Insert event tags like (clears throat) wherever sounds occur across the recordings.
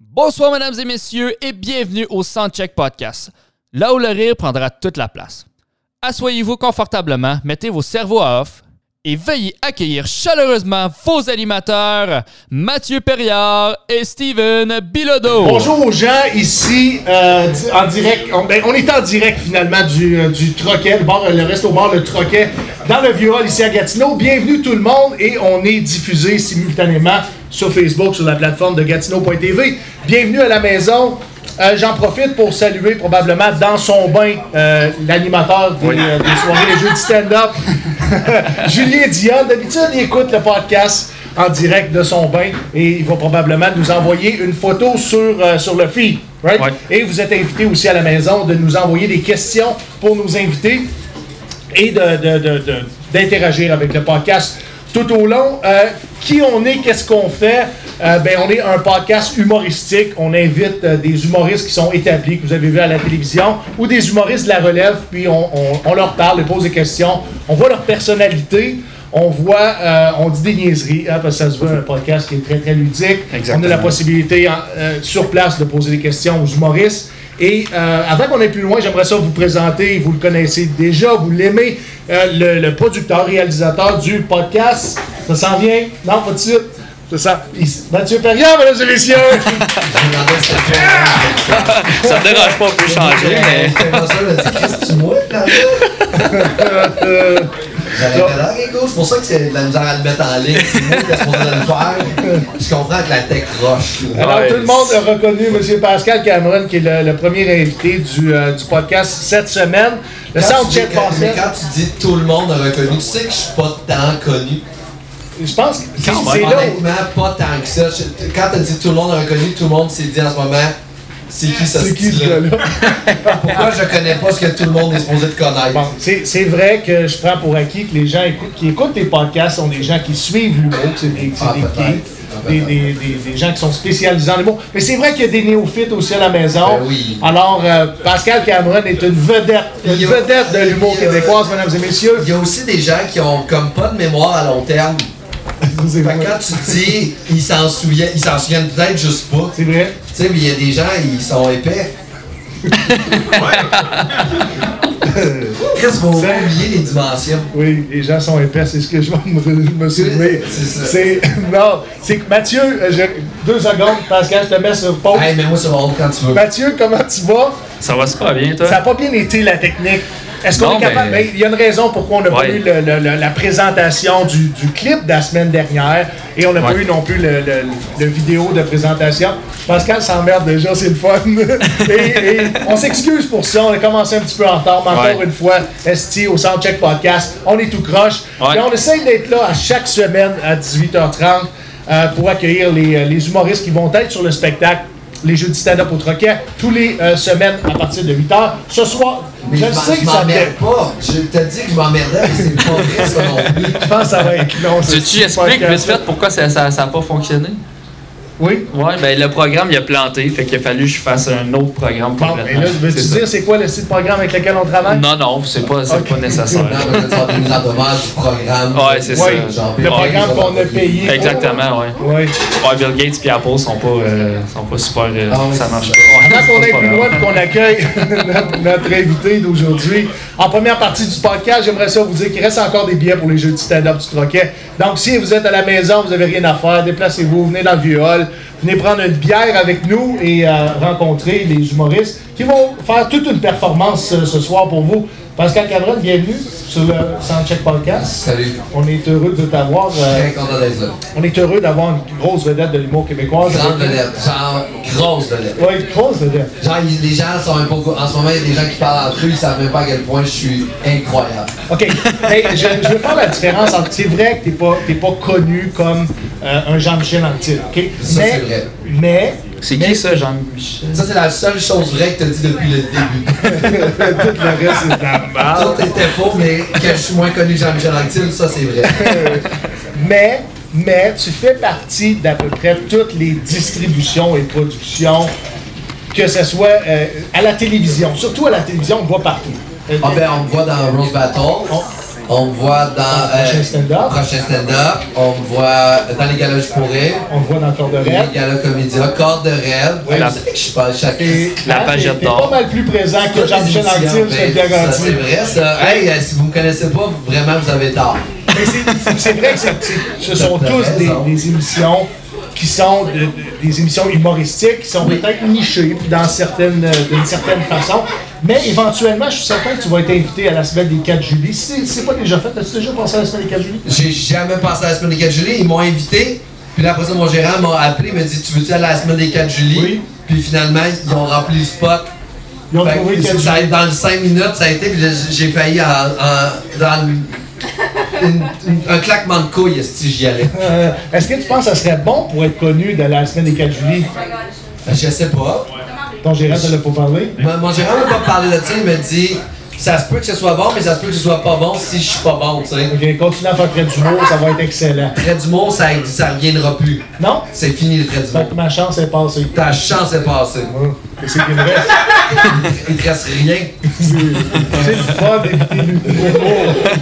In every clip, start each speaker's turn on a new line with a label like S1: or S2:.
S1: Bonsoir, mesdames et messieurs, et bienvenue au Soundcheck Podcast, là où le rire prendra toute la place. Assoyez-vous confortablement, mettez vos cerveaux à off et veuillez accueillir chaleureusement vos animateurs, Mathieu Perriard et Steven Bilodeau.
S2: Bonjour aux gens ici euh, di- en direct. On, ben, on est en direct finalement du, euh, du Troquet, le, bar, le resto bar Le Troquet, dans le Vieux Hall ici à Gatineau. Bienvenue tout le monde et on est diffusé simultanément sur Facebook, sur la plateforme de Gatineau.tv. Bienvenue à la maison. Euh, J'en profite pour saluer probablement dans son bain euh, l'animateur des, euh, des soirées des jeux de stand-up, (laughs) Julien Dion. D'habitude, il écoute le podcast en direct de son bain et il va probablement nous envoyer une photo sur, euh, sur le feed. right?
S1: Ouais.
S2: Et vous êtes invité aussi à la maison de nous envoyer des questions pour nous inviter et de- de- de- de- d'interagir avec le podcast tout au long. Euh, qui on est, qu'est-ce qu'on fait? Euh, ben, on est un podcast humoristique. On invite euh, des humoristes qui sont établis, que vous avez vu à la télévision, ou des humoristes de la relève, puis on, on- on leur parle, on pose des questions. On voit leur personnalité. On voit, euh, on dit des niaiseries, hein, parce que ça se veut un podcast qui est très, très ludique.
S3: Exactement.
S2: On a la possibilité en- euh, sur place de poser des questions aux humoristes. Et euh, avant qu'on aille plus loin, j'aimerais ça vous présenter, vous le connaissez déjà, vous l'aimez, euh, le, le producteur, réalisateur du podcast. Ça s'en vient? Non, pas de suite. Ça s'en... il- Mathieu Perriand, mesdames et messieurs!
S3: Ça me dérange pas, on peut changer, mais.
S4: J'étais pas sûr, j'ai dit, Christ, tu mouilles, là, là? J'avais pas l'air, Rico, c'est pour ça que c'est de la misère à le mettre en ligne. C'est moi qui est supposé le faire. Je comprends que la tech roche. là.
S2: Alors, tout le monde a reconnu M. Pascal Cameron, qui est le, le premier invité du, euh, du podcast cette semaine. Le
S4: Quand tu dis
S2: Soundcheck
S4: que- mais
S2: Pascal,
S4: quand tu dis tout le monde a reconnu, tu sais que je suis pas tant connu.
S2: je pense que c'est c'est là où-
S4: Honnêtement, pas tant que ça. Je- Quand tu dis tout le monde a reconnu, tout le monde s'est dit en ce moment, c'est qui ce
S2: C'est qui ce
S4: style-là?
S2: gars-là?
S4: Pourquoi je connais pas ce que tout le monde est supposé de connaître?
S2: Bon, c'est c'est vrai que je prends pour acquis que les gens écoutent- qui écoutent les podcasts sont des gens qui suivent l'humour, que c'est des, c'est
S4: Ah,
S2: des
S4: peut-être.
S2: geeks,
S4: Ah,
S2: des,
S4: peut-être.
S2: des- des- des gens qui sont spécialisés en l'humour. Mais c'est vrai qu'il y a des néophytes aussi à la maison.
S4: Ben oui.
S2: Alors, euh, Pascal Cameron est une vedette,
S4: Il
S2: une
S4: y a-
S2: vedette de l'humour
S4: il y a-
S2: québécoise, mesdames et
S4: (laughs)
S2: messieurs.
S4: Il y a aussi des gens qui ont comme pas de mémoire à long terme.
S2: C'est
S4: Fait que
S2: vrai.
S4: quand tu dis, ils s'en souviennent, ils s'en souviennent peut-être juste pas.
S2: C'est vrai.
S4: Tu sais, mais il y a des gens, ils sont épais. Qu'est-ce qu'on va
S2: C'est-
S4: oublier les dimensions?
S2: Oui, les gens sont épais, c'est ce que je vais me, me souvenir.
S4: C'est ça.
S2: C'est (laughs) non, c'est que Mathieu, euh, je- deux secondes, Pascal, je te mets sur pause.
S4: Hey, mets-moi sur honte quand tu veux.
S2: Mathieu, comment tu vas?
S3: Ça va super bien, toi?
S2: Ça n'a pas bien été la technique. Est-ce qu'on
S3: Non,
S2: est capable.
S3: mais-
S2: ben, Il y a une raison pourquoi on n'a pas
S3: Ouais.
S2: eu le- le- le- la présentation du, du clip de la semaine dernière et on n'a pas
S3: Ouais.
S2: eu non plus le, le- le vidéo de présentation. Pascal s'emmerde déjà, c'est le fun. (laughs) et, et on s'excuse pour ça. On a commencé un petit peu en retard, mais encore
S3: Ouais.
S2: une fois, ST au Soundcheck Podcast. On est tout croche.
S3: Ouais.
S2: Puis on essaye d'être là à chaque semaine à 18h30 euh, pour accueillir les, euh, les humoristes qui vont être sur le spectacle. Les jeux de stand-up au troquet, tous les euh, semaines à partir de 8h. Ce soir,
S4: Mais
S2: je
S4: je,
S2: le sais
S4: je
S2: que ça me
S4: m'emmerde pas. Je t'ai dit que je m'emmerdais, mais c'est pas vrai ça non plus.
S2: (laughs) Je pense que ça va être long. ce
S3: Tu
S2: petit
S3: expliques
S2: podcast.
S3: vite fait pourquoi ça n'a ça, ça a pas fonctionné?
S2: Oui.
S3: Ouais, ben le programme il a planté, fait qu'il a fallu que je fasse un autre programme
S2: Bon, mais là, veux-tu
S3: C'est
S2: dire c'est quoi le site programme avec lequel on
S3: ça.
S2: travaille?
S3: Non, non, c'est pas, c'est
S2: Ok.
S3: pas nécessaire.
S4: Non, mais là, tu vas devenir en demande du programme.
S3: Ouais, c'est
S2: Oui,
S3: ça.
S4: Genre,
S2: le
S4: ouais,
S2: programme
S4: ils ont
S2: qu'on a payé.
S3: Exactement, ouais.
S2: Oui.
S3: Ouais, Bill Gates et Apple sont pas, euh, sont pas super. euh,
S4: Ah ouais,
S3: ça
S4: c'est
S3: marche
S4: ça.
S3: pas. Ouais,
S2: Avant
S3: c'est
S2: qu'on
S3: pas
S2: aille plus
S3: grave.
S2: loin et qu'on accueille (laughs) notre, notre invité d'aujourd'hui, en première partie du podcast, j'aimerais ça vous dire qu'il reste encore des billets pour les jeux de stand-up du Troquet. Donc, si vous êtes à la maison, vous n'avez rien à faire, déplacez-vous, venez dans le vieux hall, venez prendre une bière avec nous et euh, rencontrer les humoristes qui vont faire toute une performance euh, ce soir pour vous. Pascal Cameron, bienvenue sur le Soundcheck Podcast.
S4: Salut.
S2: On est heureux de t'avoir. euh,
S4: Très content d'être là.
S2: on est heureux d'avoir une grosse vedette de l'humour québécois.
S4: Grande vedette. Genre, grosse vedette.
S2: Oui, une grosse vedette.
S4: Genre, il- les gens sont un peu. En ce moment, il y a des gens qui parlent entre eux, ils savent même pas à quel point je suis incroyable.
S2: OK. Hey, je, je veux faire la différence entre. C'est vrai que t'es pas, t'es pas connu comme euh, un Jean-Michel Antille, OK?
S4: Ça,
S2: mais,
S4: c'est vrai.
S2: mais
S3: C'est qui ça, Jean-Michel?
S4: Ça, c'est la seule chose vraie que t'as dit depuis le début.
S2: tout le reste, c'est de la merde.
S4: Tout était faux, mais que je suis moins connu que Jean-Michel Anctil, ça, c'est vrai.
S2: Mais, mais tu fais partie d'à peu près toutes les distributions et productions, que ce soit euh, à la télévision. Surtout à la télévision, on le voit partout. Euh,
S4: Ah ben, on me voit dans Rose Battle.
S2: on-
S4: On me voit dans euh,
S2: Oh. Prochain stand-up.
S4: prochain stand-up. On me voit dans les galas du pourri.
S2: On le voit dans le corps de
S4: Les
S2: rêve.
S4: galas comédia, corps de rêve.
S2: Ouais,
S4: Vous savez que je suis pas chaque.
S2: Et-
S3: La
S2: hein,
S3: page
S2: t'es-
S3: est
S2: t'es
S3: d'or.
S2: pas mal plus présent que Jean-Michel Antille, je te le
S4: ben, Ça,
S2: garantis.
S4: C'est vrai, ça. Hey, euh, si vous me connaissez pas, vraiment, vous avez tort.
S2: Mais c'est- c'est vrai que c'est- c'est- ce sont
S4: T'as
S2: tous des,
S4: raison.
S2: des émissions qui sont de- de- des émissions humoristiques, qui sont peut-être nichées dans certaines, euh, d'une certaine façon. Mais éventuellement, je suis certain que tu vas être invité à la semaine des 4 juillet. Si c'est- c'est pas déjà fait, as-tu déjà pensé à la semaine des 4 juillet?
S4: J'ai jamais passé à la semaine des 4 juillet. Ils m'ont invité. Puis là, après ça, mon gérant m'a appelé, il m'a dit Tu veux-tu aller à la semaine des 4 juillet
S2: Oui.
S4: Puis finalement, ils ont rempli le spot.
S2: Ils ont
S4: Fait
S2: trouvé
S4: que
S2: 4
S4: Ben, ça a
S2: juillet.
S4: été dans les 5 minutes, ça a été, puis j'ai- j'ai failli en, en- dans le- une- une- un claquement de couilles si j'y allais.
S2: Euh, Est-ce que tu penses que ça serait bon pour être connu de la semaine des 4 juillet?
S4: Je sais pas.
S2: Ton gérant te l'a pas parlé?
S4: Mon, mon gérant m'a pas parlé de ça, il m'a dit ça se peut que ce soit bon, mais ça se peut que ce soit pas bon si je suis pas bon, tu sais.
S2: Ok, continue à faire trait d'humour, ça va être excellent.
S4: Trait du mot, ça, ça reviendra plus.
S2: Non?
S4: C'est fini le trait du
S2: Fait
S4: mot.
S2: que ma chance est passée.
S4: Ta chance est passée.
S2: Hein? C'est qu'il me reste.
S4: Il te reste rien.
S2: C'est le fun d'éviter l'humour.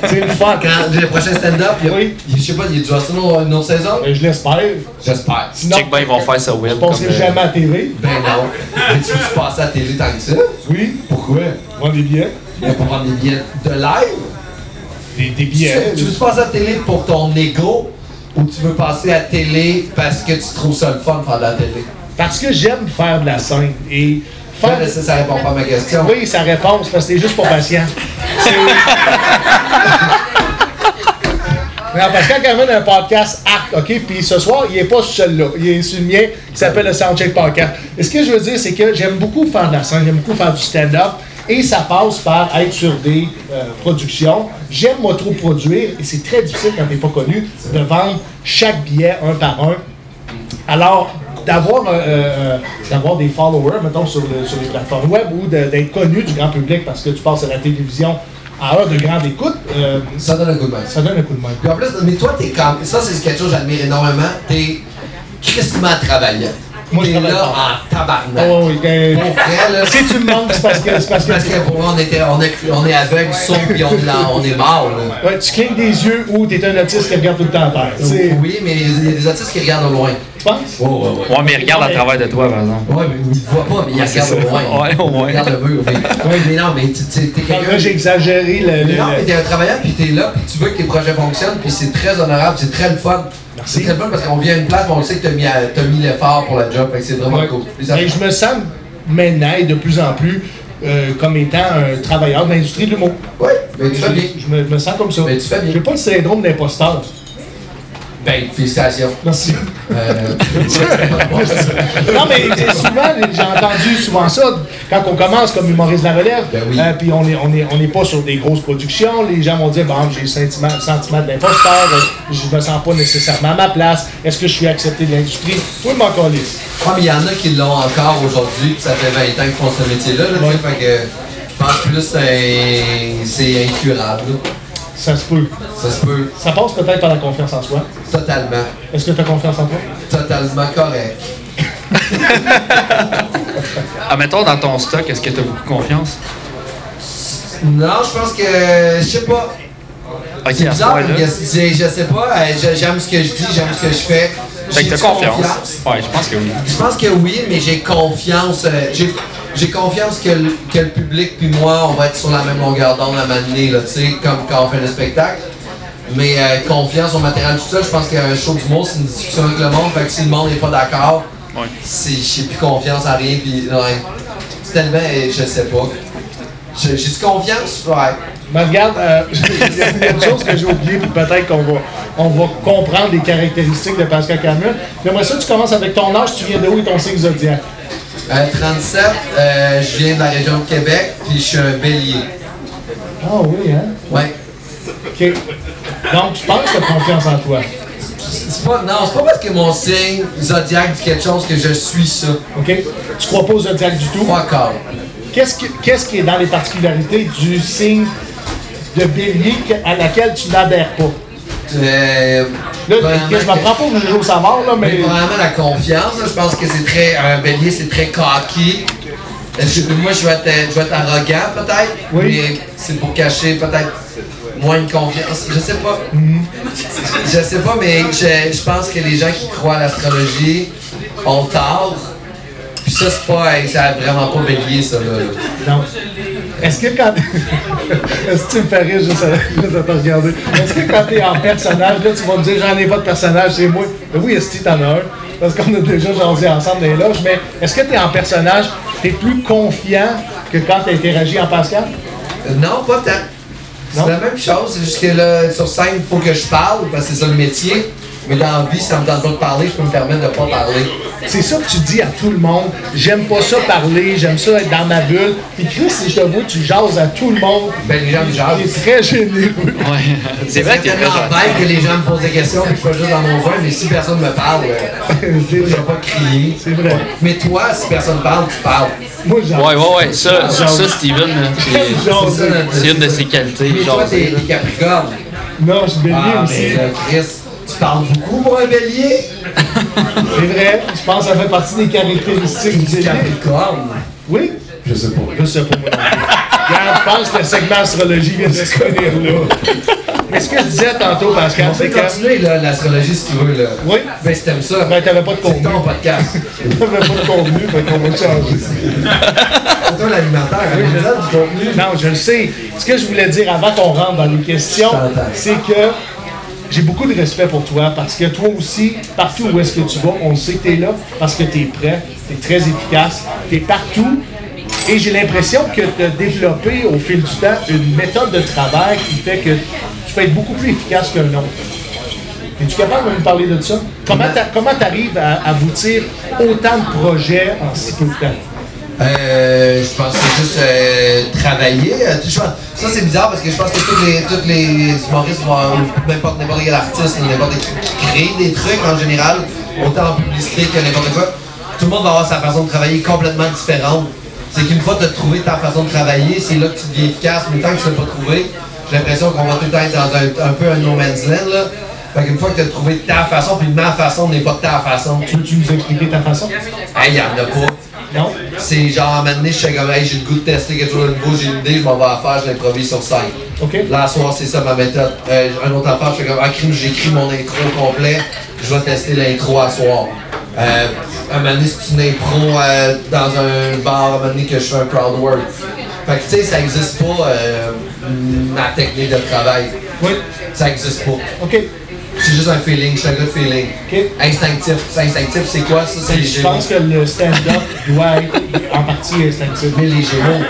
S2: C'est le fun.
S4: Quand le prochain stand-up, il y a-
S2: Ah, Oui.
S4: il- je sais pas, il doit sortir une autre saison?
S2: Euh, Je l'espère.
S4: J'espère.
S2: Sinon,
S3: Check bien, ils vont faire ça web.
S2: Je penserai
S3: comme, euh,
S2: jamais à la TV.
S4: Ben non. Mais tu veux passer à la télé tant que ça?
S2: Oui.
S4: Pourquoi?
S2: Prends des billets.
S4: Mais pour prendre des billets de live?
S2: Des, des
S4: Tu-
S2: billets.
S4: Tu veux passer à la télé pour ton ego ou tu veux passer à la télé parce que tu trouves ça le fun de faire de la télé?
S2: Parce que j'aime faire de la scène. Et
S4: Ben,
S2: faire.
S4: là, ça, ça répond pas à ma question.
S2: Oui, sa réponse, parce que c'est juste pour patient. C'est- Non, parce que quand Carmen a un podcast arc, OK, puis ce soir, il est pas sur celui-là. Il est sur le mien, qui s'appelle le Soundcheck Podcast. Et ce que je veux dire, c'est que j'aime beaucoup faire de la scène, j'aime beaucoup faire du stand-up, et ça passe par être sur des euh, productions. J'aime moi trop produire, et c'est très difficile quand t'es pas connu de vendre chaque billet un par un. Alors, d'avoir euh, euh, d'avoir des followers, mettons, sur, le- sur les plateformes web ou de- d'être connu du grand public parce que tu passes à la télévision à heure de grande écoute, euh,
S4: Ça donne un coup de main.
S2: ça donne un coup de main.
S4: Puis en plus, mais toi, t'es comme. Ça, c'est quelque chose que j'admire énormément. T'es crissement travaillant.
S2: Moi, je
S4: T'es
S2: travaille
S4: là
S2: fort.
S4: en tabarnak.
S2: Oh, oui, euh,
S4: (laughs) Pour vrai, là.
S2: si tu me manques, c'est parce que. c'est Parce que,
S4: Parce que pour moi, on, était, on, est, on est aveugle, sourd, puis on, l'a- on est mort, là.
S2: Ouais, tu clignes des yeux ou t'es un autiste qui regarde tout le temps à terre. C'est-
S4: Oui, mais il y a des autistes qui regardent au loin.
S2: Tu penses?
S4: Oh, ouais, ouais.
S3: euh, Ouais, mais regarde à travers de toi, par exemple.
S4: Ouais, mais il te voit pas, mais il regarde au loin.
S3: Ouais, au loin.
S4: Il regarde le mur. Mais, mais non, mais tu tu- t'es
S2: Quand
S4: quelqu'un.
S2: là, j'ai exagéré le.
S4: Mais
S2: le-
S4: Ben, non, mais
S2: le-
S4: t'es un travailleur, puis t'es là, puis tu veux que tes projets fonctionnent, puis c'est très honorable, c'est très le fun. C'est très le fun parce qu'on vient à une place, mais on le sait que t'as mis, à- t'as mis l'effort pour la job, fait que c'est vraiment
S2: Ouais.
S4: cool. Puis ça-
S2: Mais je me sens maintenant et de plus en plus euh, comme étant un travailleur de l'industrie de l'humour.
S4: Ouais, mais tu
S2: Je,
S4: fais bien.
S2: je me, me sens comme ça.
S4: Mais tu fais bien.
S2: J'ai pas le syndrome d'imposteur.
S4: Ben, félicitations.
S2: Merci.
S4: Euh, ouais,
S2: Non, mais c'est souvent, j'ai entendu souvent ça, quand on commence comme humoriste de la relève,
S4: Ben oui.
S2: euh, puis on n'est on est, on est pas sur des grosses productions, les gens vont dire, bon, j'ai le sentiment, le sentiment de l'imposteur, euh, je me sens pas nécessairement à ma place, est-ce que je suis accepté de l'industrie? Tout le monde calisse.
S4: mais il y en a qui l'ont encore aujourd'hui, puis ça fait 20 ans qu'ils font ce métier-là, là, tu sais, fait que je pense plus c'est- c'est incurable. là.
S2: Ça se peut.
S4: Ça se peut
S2: Ça passe peut-être par la confiance en soi.
S4: totalement,
S2: Est-ce que tu as confiance en toi?
S4: totalement correct.
S3: Ah, mettons dans ton stock, est-ce que t'as beaucoup confiance?
S4: Non, je pense que, je sais pas,
S3: Ok,
S4: C'est
S3: à ce
S4: bizarre,
S3: point-là.
S4: mais c'est- je sais pas, euh, je- j'aime ce que je dis, j'aime ce que je fais.
S3: Fait que
S4: J'ai
S3: t'as confiance. Ouais, je pense que oui.
S4: Je pense que oui, mais j'ai confiance. euh, j'ai- J'ai confiance que le, que le public puis moi, on va être sur la même longueur d'onde à un moment donné, là, tu sais, comme quand on fait le spectacle. Mais euh, confiance au matériel, tout ça, je pense qu'un show du monde, c'est une discussion avec le monde. Fait que si le monde n'est pas d'accord,
S3: Ouais.
S4: c'est- j'ai plus confiance à rien. Puis, ouais. C'est tellement, euh, je sais pas. J'ai j'ai-tu confiance? Ouais.
S2: Mais regarde, euh, (laughs) il y a- il y a une chose que j'ai oubliée, puis peut-être qu'on va, on va comprendre les caractéristiques de Pascal Camus. Mais moi, ça, tu commences avec ton âge, tu viens de où et ton signe zodiac?
S4: Euh, 37, euh, je viens de la région de Québec, puis je suis un bélier.
S2: Ah oui, hein?
S4: Ouais.
S2: OK. Donc, je pense que tu as confiance en toi.
S4: C'est pas, non, c'est pas parce que mon signe zodiac dit quelque chose que je suis ça.
S2: OK? Tu crois pas au zodiac du tout.
S4: Pas encore.
S2: Qu'est-ce qui, qu'est-ce qui est dans les particularités du signe de bélier que- à laquelle tu n'adhères pas?
S4: Euh,
S2: Là,
S4: probablement
S2: je m'en prends pas au Jojo Savard, là,
S4: Mais
S2: mais...
S4: probablement la confiance, là, je pense que c'est très. Un bélier, c'est très cocky. Euh, je- moi, je vais être, je vais être arrogant, peut-être.
S2: Oui.
S4: Mais c'est pour cacher, peut-être. moins de confiance. Je sais pas.
S2: Mhm.
S4: Je sais pas, mais je, je pense que les gens qui croient à l'astrologie ont tort. Puis ça, c'est pas. hey, Ça a vraiment pas bélier, ça, là.
S2: Non. Est-ce que quand. (laughs) Est-ce que tu me fais rire juste à juste à te regarder? Est-ce que quand t'es en personnage, là, tu vas me dire j'en ai pas de personnage, c'est moi? Ben oui, est-ce que t'en as un? Parce qu'on a déjà jasé ensemble dans les loges, mais est-ce que t'es en personnage, t'es plus confiant que quand t'as interagi en Pascal?
S4: Euh, Non, pas tant.
S2: Non?
S4: C'est la même chose, c'est juste que là, sur scène, il faut que je parle, parce que c'est ça le métier. Mais dans la vie, ça me tente pas de parler, je peux me permettre de pas parler.
S2: C'est ça que tu dis à tout le monde. J'aime pas ça parler, j'aime ça être dans ma bulle. Puis Chris, si je te vois, tu jases à tout le monde.
S4: Ben, les gens me jasent.
S2: Il est très généreux.
S3: Ouais. C'est vrai qu'il est très
S4: tellement
S3: gentil.
S4: bête que les gens me posent des questions, puis je suis pas juste dans mon coin, mais si personne me parle, euh,
S3: (laughs)
S4: je vais pas crier.
S2: C'est vrai.
S4: Mais toi, si personne parle, tu parles.
S2: Moi, j'en
S3: Ouais, ouais, ouais. Ça, ça,
S2: Genre-
S3: Steven, là, c'est-
S2: Genre,
S4: C'est ça, notre-
S3: c'est une de ses qualités.
S4: Mais
S3: genre,
S4: toi, t'es t'es Capricorne.
S2: Non, je suis bélier
S4: Ah,
S2: aussi.
S4: mais là, Chris, tu parles beaucoup pour un bélier?
S2: C'est vrai. Je pense que ça fait partie des caractéristiques du
S4: T'es
S2: bélier.
S4: Capricorne.
S2: Oui?
S4: Je sais pas.
S2: Je sais pas moi. non plus. Regarde, je pense que le segment astrologie vient de se connaître là. Mais ce que je disais tantôt, Pascal,
S4: On peut
S2: c'est que.
S4: continuer là, l'astrologie si tu veux. Là.
S2: Oui.
S4: Ben, si t'aimes ça.
S2: Ben, t'avais pas de
S4: C'est
S2: contenu.
S4: ton podcast.
S2: T'avais pas de contenu, fait qu'on va changer.
S4: (laughs) C'est toi l'alimentaire. on a du contenu.
S2: Non, je le sais. Ce que je voulais dire avant qu'on rentre dans les questions,
S4: Je t'entends.
S2: c'est que j'ai beaucoup de respect pour toi parce que toi aussi, partout où est-ce que tu vas, on sait que tu es là parce que tu es prêt, tu es très efficace, tu es partout. Et j'ai l'impression que tu as développé au fil du temps une méthode de travail qui fait que tu peux être beaucoup plus efficace qu'un autre. Es-tu capable de nous parler de ça? Comment t'a- comment tu arrives à aboutir autant de projets en si peu de temps?
S4: Euh, je pense que c'est juste euh, travailler. Euh, tu- je pense- Ça, c'est bizarre parce que je pense que tous les, tous les humoristes vont, ou n'importe, n'importe quel artiste, ou n'importe qui qui crée des trucs en général, autant en publicité que n'importe quoi. Tout le monde va avoir sa façon de travailler complètement différente. C'est qu'une fois que tu as trouvé ta façon de travailler, c'est là que tu deviens efficace, mais tant que tu ne l'as pas trouvé, j'ai l'impression qu'on va tout le temps être dans un, un peu un no man's land. Là. Fait qu'une fois que tu as trouvé ta façon, puis ma façon n'est pas ta façon, tu-
S2: Peux-tu nous expliquer ta façon?
S4: hey, y en a pas.
S2: Non?
S4: C'est genre, à un moment donné, je suis comme, hey, j'ai le goût de tester quelque chose de nouveau, j'ai une idée, je m'en vais à faire, je l'improvise sur scène.
S2: OK.
S4: Là, à soir, c'est ça ma méthode. Euh, un autre affaire, je fais comme, ah, crime, j'écris mon intro au complet, je vais tester l'intro à soir. Euh, à un moment donné, c'est une impro euh, dans un bar, à un moment donné, que je fais un crowd work. Fait que, tu sais, ça existe pas, euh, ma technique de travail.
S2: Oui.
S4: Ça existe pas.
S2: OK.
S4: C'est juste un feeling, je suis un gars de feeling.
S2: Ok.
S4: Instinctif. C'est instinctif, c'est quoi ça? C'est les
S2: Je
S4: gémeaux.
S2: pense que le stand-up doit être en partie instinctif.
S4: Mais les gémeaux.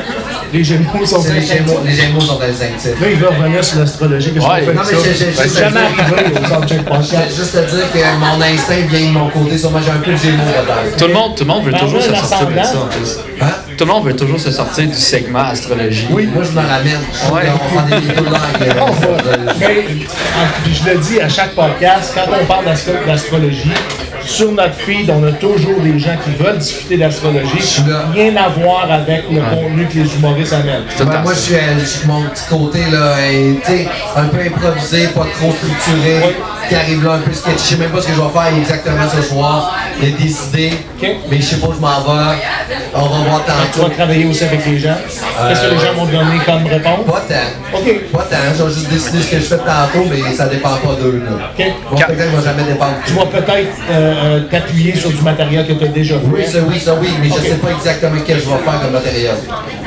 S2: Les Gémeaux sont
S4: C'est les
S2: instinctifs.
S4: Gémeaux, les Gémeaux sont instinctifs.
S2: Là, il va revenir sur l'astrologie. que je
S1: Ouais.
S2: vais
S4: Non,
S2: faire
S4: mais
S2: ça.
S4: j'ai- j'ai-
S2: C'est
S4: j'ai-
S2: jamais arrivé au Soundcheck
S4: Je vais
S2: Podcast.
S4: juste te dire que mon instinct vient de mon côté, sûrement j'ai un peu de Gémeaux là-dedans.
S3: Tout le monde, tout le monde veut
S2: Ben,
S3: toujours
S2: moi,
S3: se sortir de
S2: l'ascendant.
S3: ça en plus.
S4: Hein?
S3: Tout le monde veut toujours se sortir du segment astrologie.
S4: Oui. Moi, je me ramène. Je
S3: Ouais.
S4: On prend des vidéos euh,
S2: On va-
S4: langues.
S2: Mais, en- je le dis à chaque podcast, quand on parle d'astro- d'astrologie, sur notre feed, on a toujours des gens qui veulent discuter d'astrologie.
S4: suis là.
S2: Rien à voir avec le contenu que les humoristes amènent.
S4: Ouais, moi, je suis, euh, je suis mon petit côté, là, euh, tu sais, un peu improvisé, pas trop structuré, qui arrive là un peu sketchy. Je sais même pas ce que je vais faire exactement ce soir. J'ai décidé,
S2: Ok.
S4: mais je sais pas où je m'en vais. On va voir
S2: Tu vas
S4: tantôt.
S2: travailler aussi avec les gens. Qu'est-ce que les gens vont te donner comme réponse?
S4: Pas tant.
S2: OK.
S4: Pas tant. J'ai juste décidé ce que je fais tantôt, mais ça dépend pas d'eux, là.
S2: OK.
S4: Mon spectacle va jamais dépendre.
S2: Tu vas peut-être euh, euh, t'appuyer sur du matériel que tu as déjà vu.
S4: Oui, ça oui, ça oui, mais je sais pas exactement quel je vais faire comme matériel.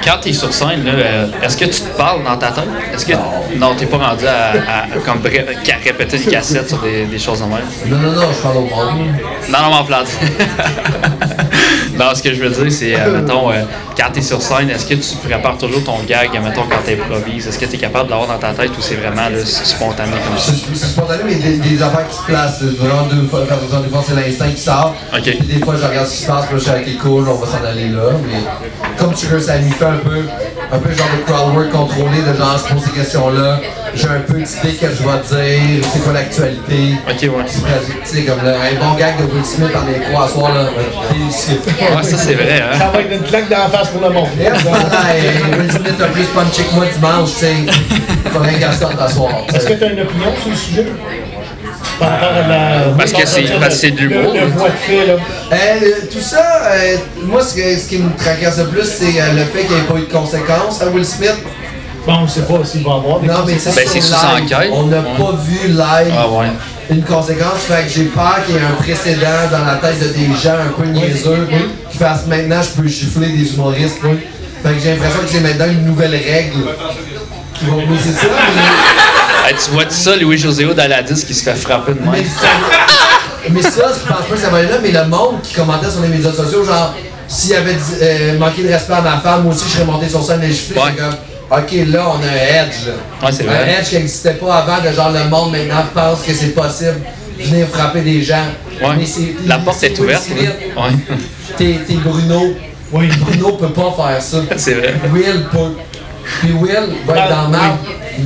S3: Quand t'es sur scène, là, euh, est-ce que tu te parles dans ta tête? Est-ce que non, t'es pas rendu à, à- comme bré- qu'à répéter des cassettes sur des, des choses en même?
S4: Non, non, non, je parle au monde.
S3: Non, non, m'en plante. (laughs) non, ce que je veux dire, c'est, euh, mettons, euh, quand t'es sur scène, est-ce que tu prépares toujours ton gag, euh, mettons, quand t'improvises? Est-ce que t'es capable de l'avoir dans ta tête ou c'est vraiment là, spontané comme ça?
S4: C'est c'est spontané, mais des, des affaires qui se placent. C'est Vraiment, deux fois, faire des fois, c'est l'instinct qui sort.
S3: Ok.
S4: Puis des fois, je regarde ce qui se passe, puis là, je suis avec les cool, on va s'en aller là. Mais comme tu veux, ça lui fait un peu, un peu genre de crowd work contrôlé, de genre, je pose ces questions-là. J'ai un peu d'idée que je vais dire, c'est quoi l'actualité.
S3: Ok, ouais.
S4: Tu sais, comme là, un bon gag de Will Smith en écro à soir, là. euh, Délicieux.
S3: Ouais, ça c'est vrai, hein?
S2: Ça va être une claque dans la face pour le monde.
S4: Et voilà, et Will Smith a plus punché que moi dimanche, tu sais. Faudrait qu'elle sorte à soir. tu
S2: Est-ce que
S4: sais.
S2: tu as une opinion sur le sujet? Par rapport à la.
S3: Parce que c'est- parce que c'est de l'humour.
S2: Le, le voix de fait, là.
S4: Euh, tout ça, euh, moi, ce, que- ce qui me tracasse le plus, c'est euh, le fait qu'il n'y ait pas eu de conséquences à Will Smith.
S2: Bon, on ne sait pas s'il va avoir des
S4: Non, mais
S2: conséquences.
S4: ça,
S3: Ben, c'est
S4: sur
S3: sous
S4: live.
S3: enquête.
S4: On n'a
S3: Ouais.
S4: pas vu live
S3: Ah ouais.
S4: une conséquence. Fait que j'ai peur qu'il y ait un précédent dans la tête de des gens un peu niaiseux qui fassent maintenant je peux gifler des humoristes. oui. Fait que j'ai l'impression que c'est maintenant une nouvelle règle. Qui vont oui, c'est ça. mais-
S3: Hey, tu vois-tu ça, Louis-José Hood à la 10 qui se fait frapper de
S4: Mais,
S3: main?
S4: ça, (laughs) mais ça, je pense pas que ça va aller là, mais le monde qui commentait sur les médias sociaux, genre, s'il avait dit- euh, manqué de respect à ma femme, moi aussi je serais monté sur scène et je
S3: Ouais.
S4: comme, ok, là on a un edge. Là.
S3: Ouais, c'est
S4: un
S3: vrai.
S4: edge qui n'existait pas avant, que genre le monde maintenant pense que c'est possible de venir frapper des gens.
S3: Ouais.
S4: Mais c'est-
S3: La porte est
S4: c'est
S3: ouverte.
S4: Will
S3: là.
S4: Smith.
S3: Ouais.
S4: T'es t'es Bruno.
S2: Oui.
S4: Bruno peut pas faire ça.
S3: (laughs) C'est vrai.
S4: Will peut. Puis Will va être dans le mal,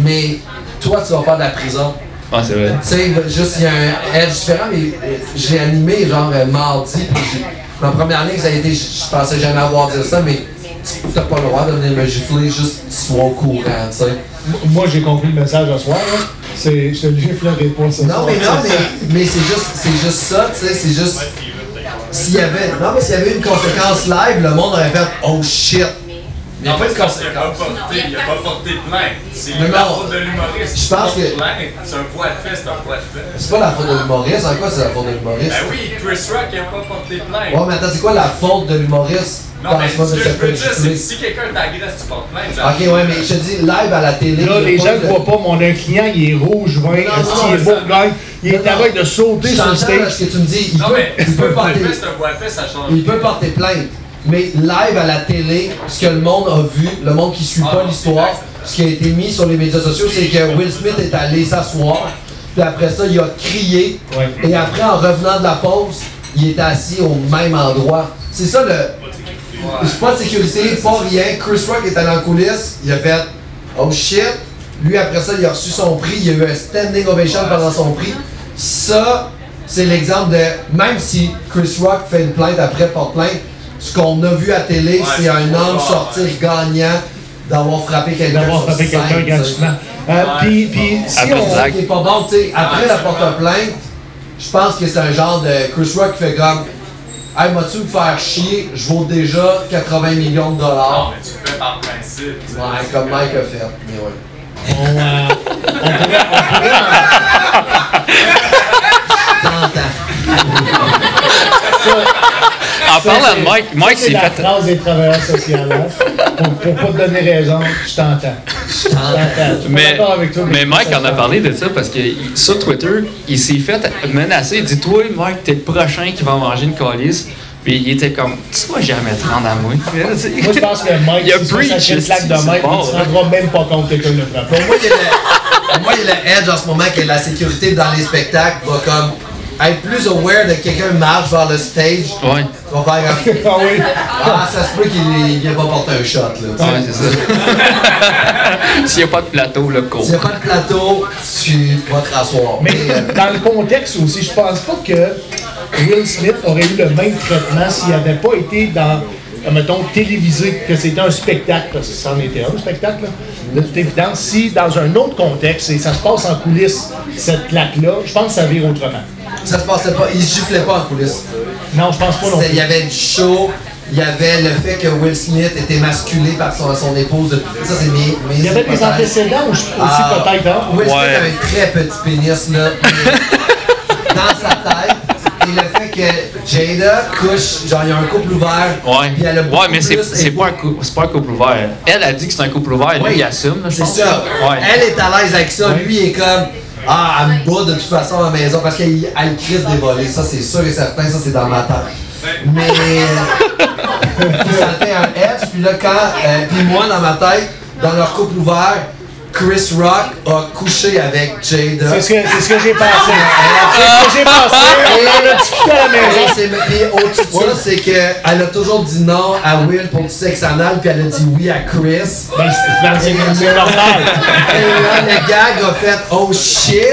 S4: mais toi tu vas faire de la prison.
S3: Ouais, c'est vrai.
S4: Tu sais, juste, il y a un edge différent, mais euh, j'ai animé genre euh, mardi, puis j'ai- ma première année, ça a été, je je pensais jamais avoir dit ça, mais tu t'as pas le droit de venir me gifler, juste tu sois au courant, tu sais.
S2: Moi, j'ai compris le message à soir. là. C'est, je te le giflerai pas ce
S4: Non,
S2: soir.
S4: mais non, mais, mais c'est juste, c'est juste ça, tu sais, c'est juste. S'il y avait, non, mais s'il y avait une conséquence live, le monde aurait fait oh shit. Mais
S5: En
S4: pas de
S5: fait, il n'a pas
S4: conséquence.
S5: porté, il a pas porté plainte. C'est
S4: Mais
S5: la
S4: non.
S5: faute de l'humoriste.
S4: Je pense
S5: Il porte
S4: que-
S5: plainte. C'est un poids de fait, c'est un poids de fait.
S4: C'est pas la faute de l'humoriste, en quoi c'est la faute de l'humoriste?
S5: Ben oui, Chris Rock n'a pas porté plainte.
S4: Ouais, mais attends, c'est quoi la faute de l'humoriste?
S5: Non, mais
S4: Pense pas
S5: ce que je
S4: ça peut
S5: veux dire, c'est
S4: gifler.
S5: que si quelqu'un t'agresse, tu portes plainte. genre.
S4: Ok, ouais, mais je te dis, live à la télé.
S2: Là,
S4: il y a
S2: les
S4: pas
S2: gens
S4: de-
S2: ne voient pas, mais on a un client, il est rouge, vin, est-ce qu'il est
S4: non,
S2: beau,
S5: ça-
S2: gagne. Il est
S4: Non,
S2: à
S4: non.
S2: veille de sauter
S4: Je
S2: sur le
S4: t'entends là,
S2: stage.
S4: ce que tu me dis. Il,
S5: Non,
S4: peut,
S5: mais
S4: il, peut
S5: c'est (laughs) un poids de
S4: porter,
S5: fait, c'est un poids de fait, ça change.
S4: il peut porter plainte. Mais live à la télé, ce que le monde a vu, le monde qui suit
S5: Ah,
S4: pas
S5: non,
S4: l'histoire, ce qui a été mis sur les médias sociaux, c'est que Will Smith est allé s'asseoir, puis après ça, il a crié,
S2: Ouais.
S4: et après, en revenant de la pause, il est assis au même endroit. C'est ça le. C'est pas de sécurité, pas rien. Chris Rock est allé en coulisses, il a fait Oh shit. Lui, après ça, il a reçu son prix, il a eu un standing ovation pendant son prix. Ça, c'est l'exemple de. Même si Chris Rock fait une plainte après, porte plainte, ce qu'on a vu à télé, c'est
S5: c'est
S4: un
S5: pas
S4: homme
S5: bon,
S4: sortir gagnant d'avoir frappé quelqu'un.
S2: D'avoir
S4: sur
S2: frappé
S4: scène,
S2: quelqu'un
S4: tu sais.
S2: gratuitement. Euh,
S5: Ouais,
S2: Puis,
S5: c'est
S2: puis,
S5: bon.
S2: si
S3: Après
S2: on.
S3: le
S4: C'est pas bon, tu sais. Après la porte plainte, je pense que c'est un genre de Chris Rock qui fait comme Hey, m'as-tu me faire chier Je vaux déjà 80 millions de
S5: Non,
S4: dollars.
S5: mais tu le fais par principe. tu sais.
S4: Ouais, comme Mike a fait. Mais ouais.
S2: On, euh,
S4: T'entends.
S3: En parlant de Mike, Mike
S2: c'est
S3: s'est
S2: la
S3: fait.
S2: phrase des travailleurs sociaux. hein. Pour, pour pas te donner raison, je t'entends. Je t'entends. Je suis pas
S3: Mais,
S2: d'accord avec toi,
S3: mais Mike
S2: ça
S3: en a
S2: change.
S3: parlé de ça parce que il- sur Twitter, il s'est fait menacer. Il dit Toi, Mike, t'es le prochain qui va manger une calice. Puis il était comme Tu vas jamais te rendre
S4: (laughs)
S3: à moi.
S2: Moi, je pense que Mike,
S3: Il a
S2: si ça, ça
S3: breach,
S2: fait une claque de
S3: c'est
S2: Mike,
S3: bon,
S2: il se
S3: hein.
S2: rendra même pas compte que quelqu'un le frappe. Au moins,
S4: Moi, il y a le- Moi, il y a le edge en ce moment que la sécurité dans les spectacles va comme être plus aware de quelqu'un marche vers le stage.
S3: Ouais,
S4: Tu vas faire
S3: (laughs)
S4: comme
S2: Ah oui.
S4: Ah, ça se peut qu'il vient pas porter un shot, là. tu sais.
S3: ouais, c'est ça. (laughs) S'il n'y a pas de plateau, le cours.
S4: S'il n'y a pas de plateau, tu vas te rasseoir.
S2: Mais
S4: Mais, euh,
S2: dans le contexte aussi, je pense pas que Will Smith aurait eu le même traitement s'il n'avait pas été dans, euh, mettons, télévisé, que c'était un spectacle, parce que c'en était un spectacle, là. de toute évidence. Si dans un autre contexte, et ça se passe en coulisses, cette claque-là, je pense que ça vire autrement.
S4: Ça se passait pas, il se giflait pas en coulisses.
S2: Non, je pense pas non
S4: C'était- Il
S2: plus.
S4: y avait du show, il y avait le fait que Will Smith était masculé par son, son épouse. depuis- Ça, c'est mes, mes
S2: Il y avait des
S4: hypothèses.
S2: antécédents ou je- aussi
S4: Ah,
S2: peut-être, hein?
S4: Will Smith
S3: Ouais.
S4: avait un très petit pénis, là. mais (laughs) dans sa tête. Et le fait que Jada couche, genre, il y a un couple ouvert.
S3: Ouais.
S4: puis elle a beaucoup
S3: Ouais, mais c'est
S4: plus-
S3: c'est pas, un cou- c'est pas un couple ouvert. Elle a dit que c'est un couple ouvert, lui,
S4: Oui.
S3: il assume, là, je
S4: C'est
S3: pense.
S4: ça.
S3: Ouais.
S4: Elle est à l'aise avec ça. Lui, il est comme. Ah, elle me bat de toute façon à la maison parce qu'elle elle crise des volets. Ça, c'est sûr et certain. Ça, c'est dans ma tête. Mais. euh, puis ça fait un F. Puis là, quand. euh, puis moi, dans ma tête, dans leur couple ouvert, Chris Rock a couché avec Jada.
S2: C'est ce que, c'est ce que j'ai pensé.
S4: Un F.
S2: C'est ce que j'ai pensé. On en a discuté à la maison.
S4: Et c'est- puis au-dessus de ça, c'est qu'elle a toujours dit non à Will pour du sexe anal, puis elle a dit oui à Chris.
S2: Ben, c'est- ben, c'est- c'est normal.
S4: Et là, le gag a fait Oh shit!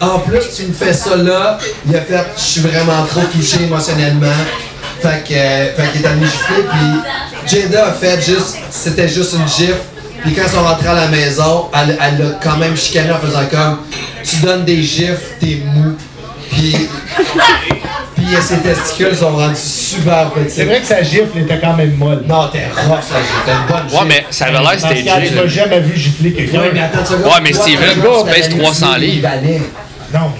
S4: En plus, tu me fais ça là. Il a fait Je suis vraiment trop touché émotionnellement. Fait que, euh, fait qu'il est allé gifler. Puis Jada a fait juste. C'était juste une gifle. Puis quand ils sont rentrés à la maison, elle elle l'a quand même chicané en faisant comme Tu donnes des gifles, t'es mou. Puis. Puis puis euh, ses testicules sont rendus super petits.
S2: C'est vrai que sa gifle était quand même molle.
S4: Non, t'es rough, ça, t'es une bonne
S3: Ouais, mais ça avait l'air
S2: Parce que tu m'as
S3: stagé. là.
S2: jamais vu gifler quelqu'un.
S4: Ouais, mais attends, tu
S3: Ouais, mais Steven, tu pèses 300 livres.
S2: Non.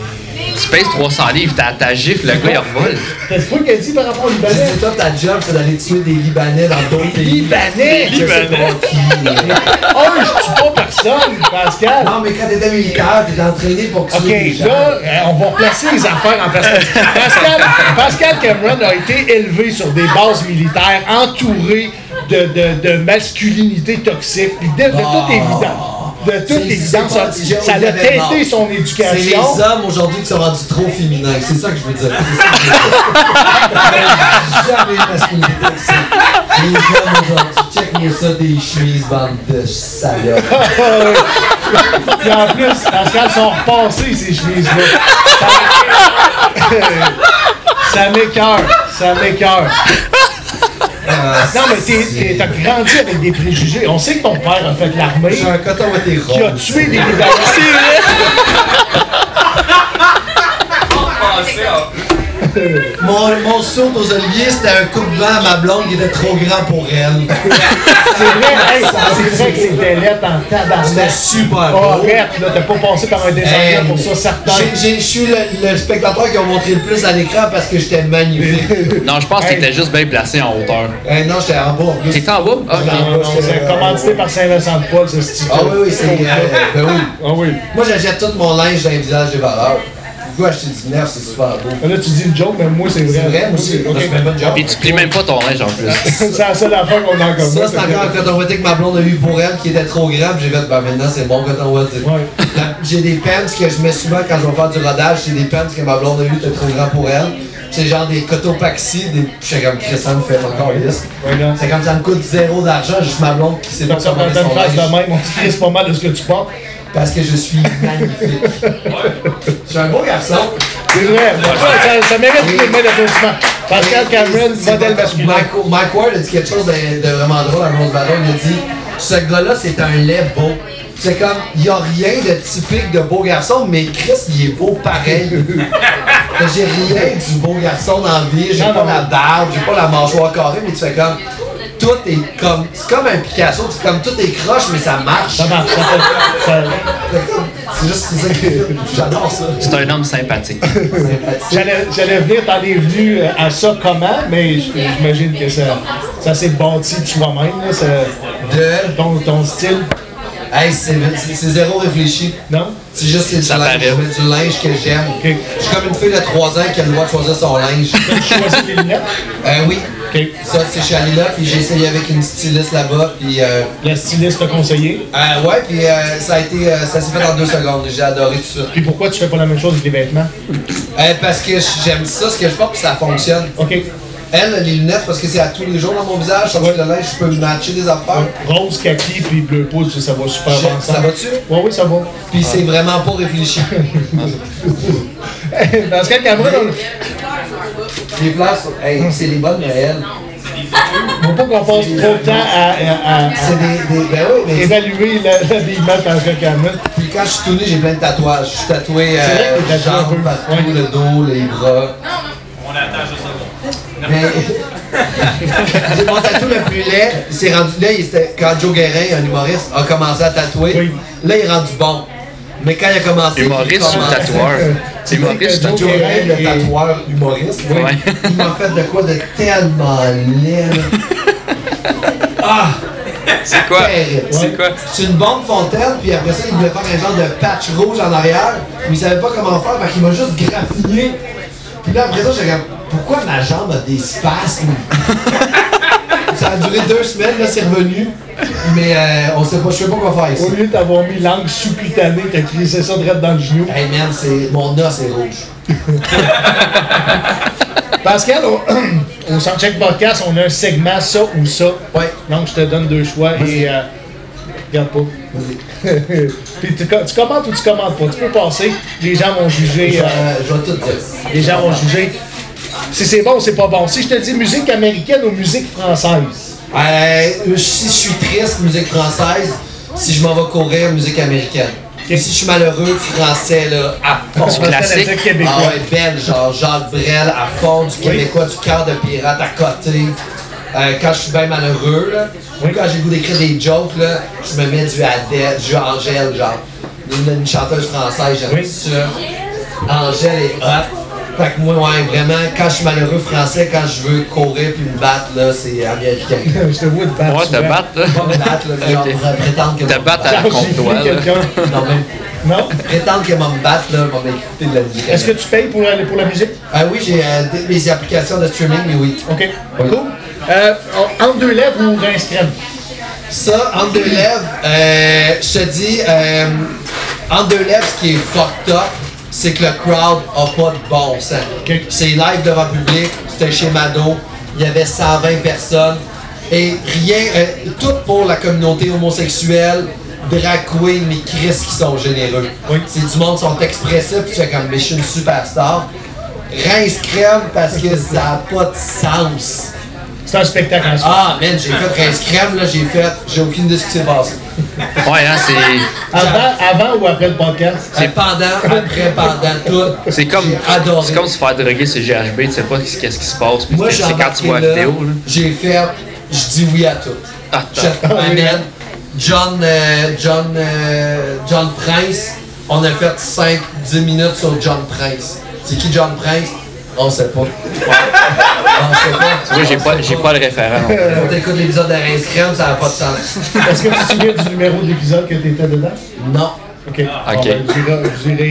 S3: Tu pèses 300 livres, t'as ta gifle, le gars il revole.
S2: Qu'est-ce que qu'elle dit par rapport au
S4: (laughs)
S2: Libanais?
S4: C'est toi, ta job, c'est d'aller tuer des Libanais dans d'autres pays.
S2: Libanais!
S4: Je sais pas qui, là.
S2: Oh, je tue pas personne, Pascal!
S4: Non, mais quand t'étais militaire, t'étais entraîné pour tuer
S2: Ok,
S4: des gens.
S2: là, euh, on va replacer les affaires en perspective. Pascal, Pascal Cameron a été élevé sur des bases militaires, entouré de, de, de masculinité toxique, puis de, de toute évidence. De
S4: Ah. C'est-
S2: toute
S4: c'est
S2: évidence, ça,
S4: pas du genre
S2: ça
S4: où il y
S2: l'a
S4: avait
S2: teinté
S4: mort.
S2: son
S4: C'est les
S2: éducation.
S4: hommes aujourd'hui qui sont rendus trop féminins, c'est ça que je veux dire. C'est ça que je veux dire. (laughs) Jamais une masculinité que ça. Les hommes aujourd'hui, check-moi ça, des chemises, bande de salopes.
S2: Puis en plus, Pascal sont repassés, ces chemises-là. Ça- Ça m'écœure, ça m'écœure.
S4: Ah,
S2: Non, mais t'es- t'es- t'as grandi avec des préjugés. On sait que ton père a fait l'armée,
S4: J'ai un coton à tes
S2: qui a
S4: roses.
S2: tué des Libanais.
S5: Pensez en plus.
S4: Mon, mon saut aux oliviers, c'était un coup de vent à ma blonde qui était trop grand pour elle.
S2: C'est vrai, hey, c'est vrai que c'était lettre en
S4: C'était
S2: tabarnak.
S4: super
S2: Oh,
S4: beau.
S2: arrête, là, t'as pas passé par un
S4: Hey,
S2: descendant pour ça, certain.
S4: j'ai- j'ai- Je suis le, le spectateur qui a montré le plus à l'écran parce que
S2: (laughs)
S4: j'étais magnifique.
S3: Non, je pense que t'étais juste bien placé en hauteur.
S4: Eh non, j'étais en bas en plus.
S3: T'étais en bas? Ah, Ok.
S2: Ah, Non, non, C'est commandité par Saint-Vincent-de-Paul, ce style.
S4: Ah oui, oui, c'est. euh, ben oui.
S2: Ah oui.
S4: Moi, j'achète tout mon linge dans les villages des valeurs. Pourquoi acheter du neuf, c'est super beau.
S2: Là, tu dis une joke, mais moi, c'est vrai.
S4: C'est vrai, moi aussi.
S2: Ok.
S4: Moi, je fais pas de job.
S3: Puis tu plies même pas ton linge en plus.
S2: (laughs) C'est la seule affaire qu'on a en commun.
S4: Ça, c'est encore un coton ouaté que ma blonde a eu pour elle qui était trop grand. puis J'ai fait, ben maintenant, c'est bon coton ouaté.
S2: Ouais.
S4: La- J'ai des pants que je mets souvent quand je vais faire du rodage. C'est des pants que ma blonde a eu qui étaient trop grand pour elle. C'est genre des cotopaxi, des. Je sais comme Chris, ça me fait encore lisse.
S2: Ouais, non.
S4: C'est comme ça me coûte zéro d'argent, juste ma blonde qui sait pas
S2: Quand ça prend
S4: comment
S2: une
S4: son
S2: face de
S4: linge.
S2: même, on se crisse pas mal de ce que tu portes.
S4: Parce que je suis magnifique. Je suis un beau garçon.
S2: C'est vrai. Ça, ça mérite une main d'applaudissement. Pascal Cameron,
S4: C'est
S2: modèle
S4: pas-
S2: masculin.
S4: Mike, Mike Ward a dit quelque chose de, de vraiment drôle à Rose Baron. Il a dit Ce gars-là, c'est un lait beau. C'est comme, il n'y a rien de typique de beau garçon, mais Chris, il est beau pareil. j'ai rien du beau garçon dans la vie, j'ai
S2: Non,
S4: pas
S2: non.
S4: la barbe, j'ai pas la mâchoire carrée, mais tu fais comme, tout est comme, c'est comme un Picasso, c'est comme tout est croche, mais ça marche.
S2: Ça marche. ça fait- ça-
S4: C'est juste, c'est ça que j'adore ça.
S3: C'est un homme sympathique.
S4: Sympathique.
S2: J'allais j'allais venir, t'en es venu euh, à ça comment, mais j- j'imagine que ça, ça s'est bâti de soi-même, là, ça-
S4: De-
S2: ton, ton style,
S4: Hey, c'est c'est- c'est zéro réfléchi.
S2: non?
S4: C'est juste c'est du
S3: Ça
S4: linge,
S3: paraît.
S4: je mets du linge que j'aime.
S2: Ok.
S4: Je suis comme une fille de 3 ans qui a le droit de choisir son
S3: (laughs)
S4: linge.
S2: Choisis tes lunettes.
S4: euh, oui.
S2: OK.
S4: Ça, c'est je suis allé là, puis j'ai essayé avec une styliste là-bas, puis... Euh,
S2: Le styliste t'a conseillé.
S4: euh, ouais, puis euh, ça a été... euh, ça s'est fait en deux secondes, j'ai adoré tout ça.
S2: Puis pourquoi tu fais pas la même chose avec les vêtements?
S4: Euh, parce que j'aime ça, ce que je porte, puis ça fonctionne.
S2: OK.
S4: Elle, les lunettes, parce que c'est à tous les jours dans mon visage, ça va le linge, je peux matcher des affaires.
S2: Rose, kaki, puis bleu poudre, ça va super
S4: Je-
S2: bien ensemble.
S4: ça va-tu?
S2: Oui, oui, ça va. (laughs)
S4: Puis c'est vraiment pas réfléchi.
S2: Pascal Cameron,
S4: les fleurs, sont- hey, c'est les bonnes Noël.
S2: on ne faut pas qu'on passe trop de temps à, à- à-
S4: C'est des, des... Ben oui, mais...
S2: évaluer la- l'habillement de Pascal Cameron.
S4: Puis quand je suis tourné, j'ai plein de tatouages. Je suis tatoué euh,
S2: C'est vrai que t'es
S4: les
S2: tatoué un
S4: jambes
S2: peu.
S4: partout,
S2: Ouais.
S4: le dos, les bras.
S5: On attend juste un bon.
S4: Mais (laughs) j'ai mon tatou le plus laid. C'est rendu là, il était- quand Joe Guérin, un humoriste, a commencé à tatouer.
S2: Oui.
S4: Là, il est rendu bon. Mais quand il a commencé. il
S3: Humoriste ou
S4: commençait-
S3: tatoueur? C'est humoriste ou tatoueur?
S4: Joe Guérin, le tatoueur humoriste, oui.
S3: Ouais.
S4: il m'a fait de quoi de tellement laid. là. Ah!
S3: C'est quoi?
S4: Terrible.
S3: C'est quoi?
S4: C'est une bombe fontaine, puis après ça, il voulait faire un genre de patch rouge en arrière, mais il savait pas comment faire, parce qu'il m'a juste graffiné. Puis là, après ça, j'ai comme, pourquoi ma jambe a des
S3: (laughs)
S4: spasmes? ça a duré deux semaines, là, c'est revenu, mais euh, on sait pas, je sais pas quoi faire ici.
S2: Au lieu d'avoir mis l'angle sous-cutanée, t'as crissé ça direct dans le genou.
S4: Hey man, c'est, mon os est rouge.
S2: Pascal, (clears throat) au, au Soundcheck Podcast, on a un segment ça ou ça.
S4: Ouais.
S2: Donc, je te donne deux choix et. euh, regarde pas. Puis tu, co- tu commentes ou tu commentes pas. Tu peux passer. Les gens vont juger.
S4: Je,
S2: euh,
S4: vais- je vais tout dire.
S2: les gens vont juger si c'est bon ou c'est pas bon. Si je te dis musique américaine ou musique française.
S4: Euh, si je suis triste, musique française, si je m'en vais courir, musique américaine. Si je suis malheureux, français, là, à fond.
S3: Du classique.
S2: C'est québécois.
S4: Ah ouais, belle, genre Jacques Brel à fond, du Québécois, du cœur de pirate à côté. Euh, quand je suis bien malheureux, là, ou quand j'ai le goût d'écrire des jokes, là, je me mets du Adèle, du Angèle, genre. Une, une chanteuse française, j'aime ça. Angèle est hot. Fait que moi, ouais, vraiment, quand je suis malheureux français, quand je veux courir puis me battre, là, c'est américain.
S2: Je te vois te battre.
S3: Ouais, te
S2: souvent.
S3: battre, là.
S4: Pas me battre, là, mais genre, euh,
S3: Ok.
S4: prétendre que...
S3: Te battre à la
S2: J'ai fini
S3: comptoir, là.
S2: quelqu'un.
S4: Non, même...
S2: Non?
S4: Prétendre que m'en me battre, là, m'en écouter de la musique.
S2: Est-ce que tu payes pour, la- pour la musique?
S4: Ah oui, j'ai euh, des- mes applications de streaming, mais oui.
S2: OK. Cool. Euh, en- entre deux lèvres ou rince crème?
S4: Ça, entre deux lèvres, euh, je te dis, euh, entre deux lèvres, ce qui est fucked up, c'est que le crowd a pas de bon sens.
S2: Ok.
S4: C'est live devant public, c'était chez Mado, il y avait 120 personnes, et rien, euh, tout pour la communauté homosexuelle, drag queen, mais Chris qui sont généreux. C'est du monde qui sont expressifs, puis tu fais comme, mais je suis une superstar. Rince crème parce que ça n'a pas de sens.
S2: C'est un spectacle en soi.
S4: Ah, man, j'ai fait rince crème, là, j'ai fait, j'ai aucune idée de ce qui s'est passé.
S3: Ouais, hein, c'est.
S2: Avant, avant ou après le podcast?
S4: C'est pendant, après, pendant, tout.
S3: C'est comme,
S4: J'ai adoré.
S3: c'est comme se faire droguer sur GHB, tu sais pas qu'est-ce qu'est-ce qui se passe. puis
S4: Moi,
S3: c'est
S4: j'ai
S3: c'est quand tu vois la
S4: embarqué là,
S3: vidéo. Là.
S4: J'ai fait, je dis oui à tout.
S3: Ah,
S4: Je man, John, euh, John, euh, John Prince, on a fait 5-10 minutes sur John Prince. C'est qui John Prince? On sait pas. On sait pas.
S3: Moi, j'ai pas, j'ai pas le référent. non.
S4: Quand t'écoutes l'épisode de Rince Crème, ça n'a pas de sens.
S2: Est-ce que tu te souviens du numéro de l'épisode que tu étais dedans?
S4: Non.
S2: OK.
S3: Ok.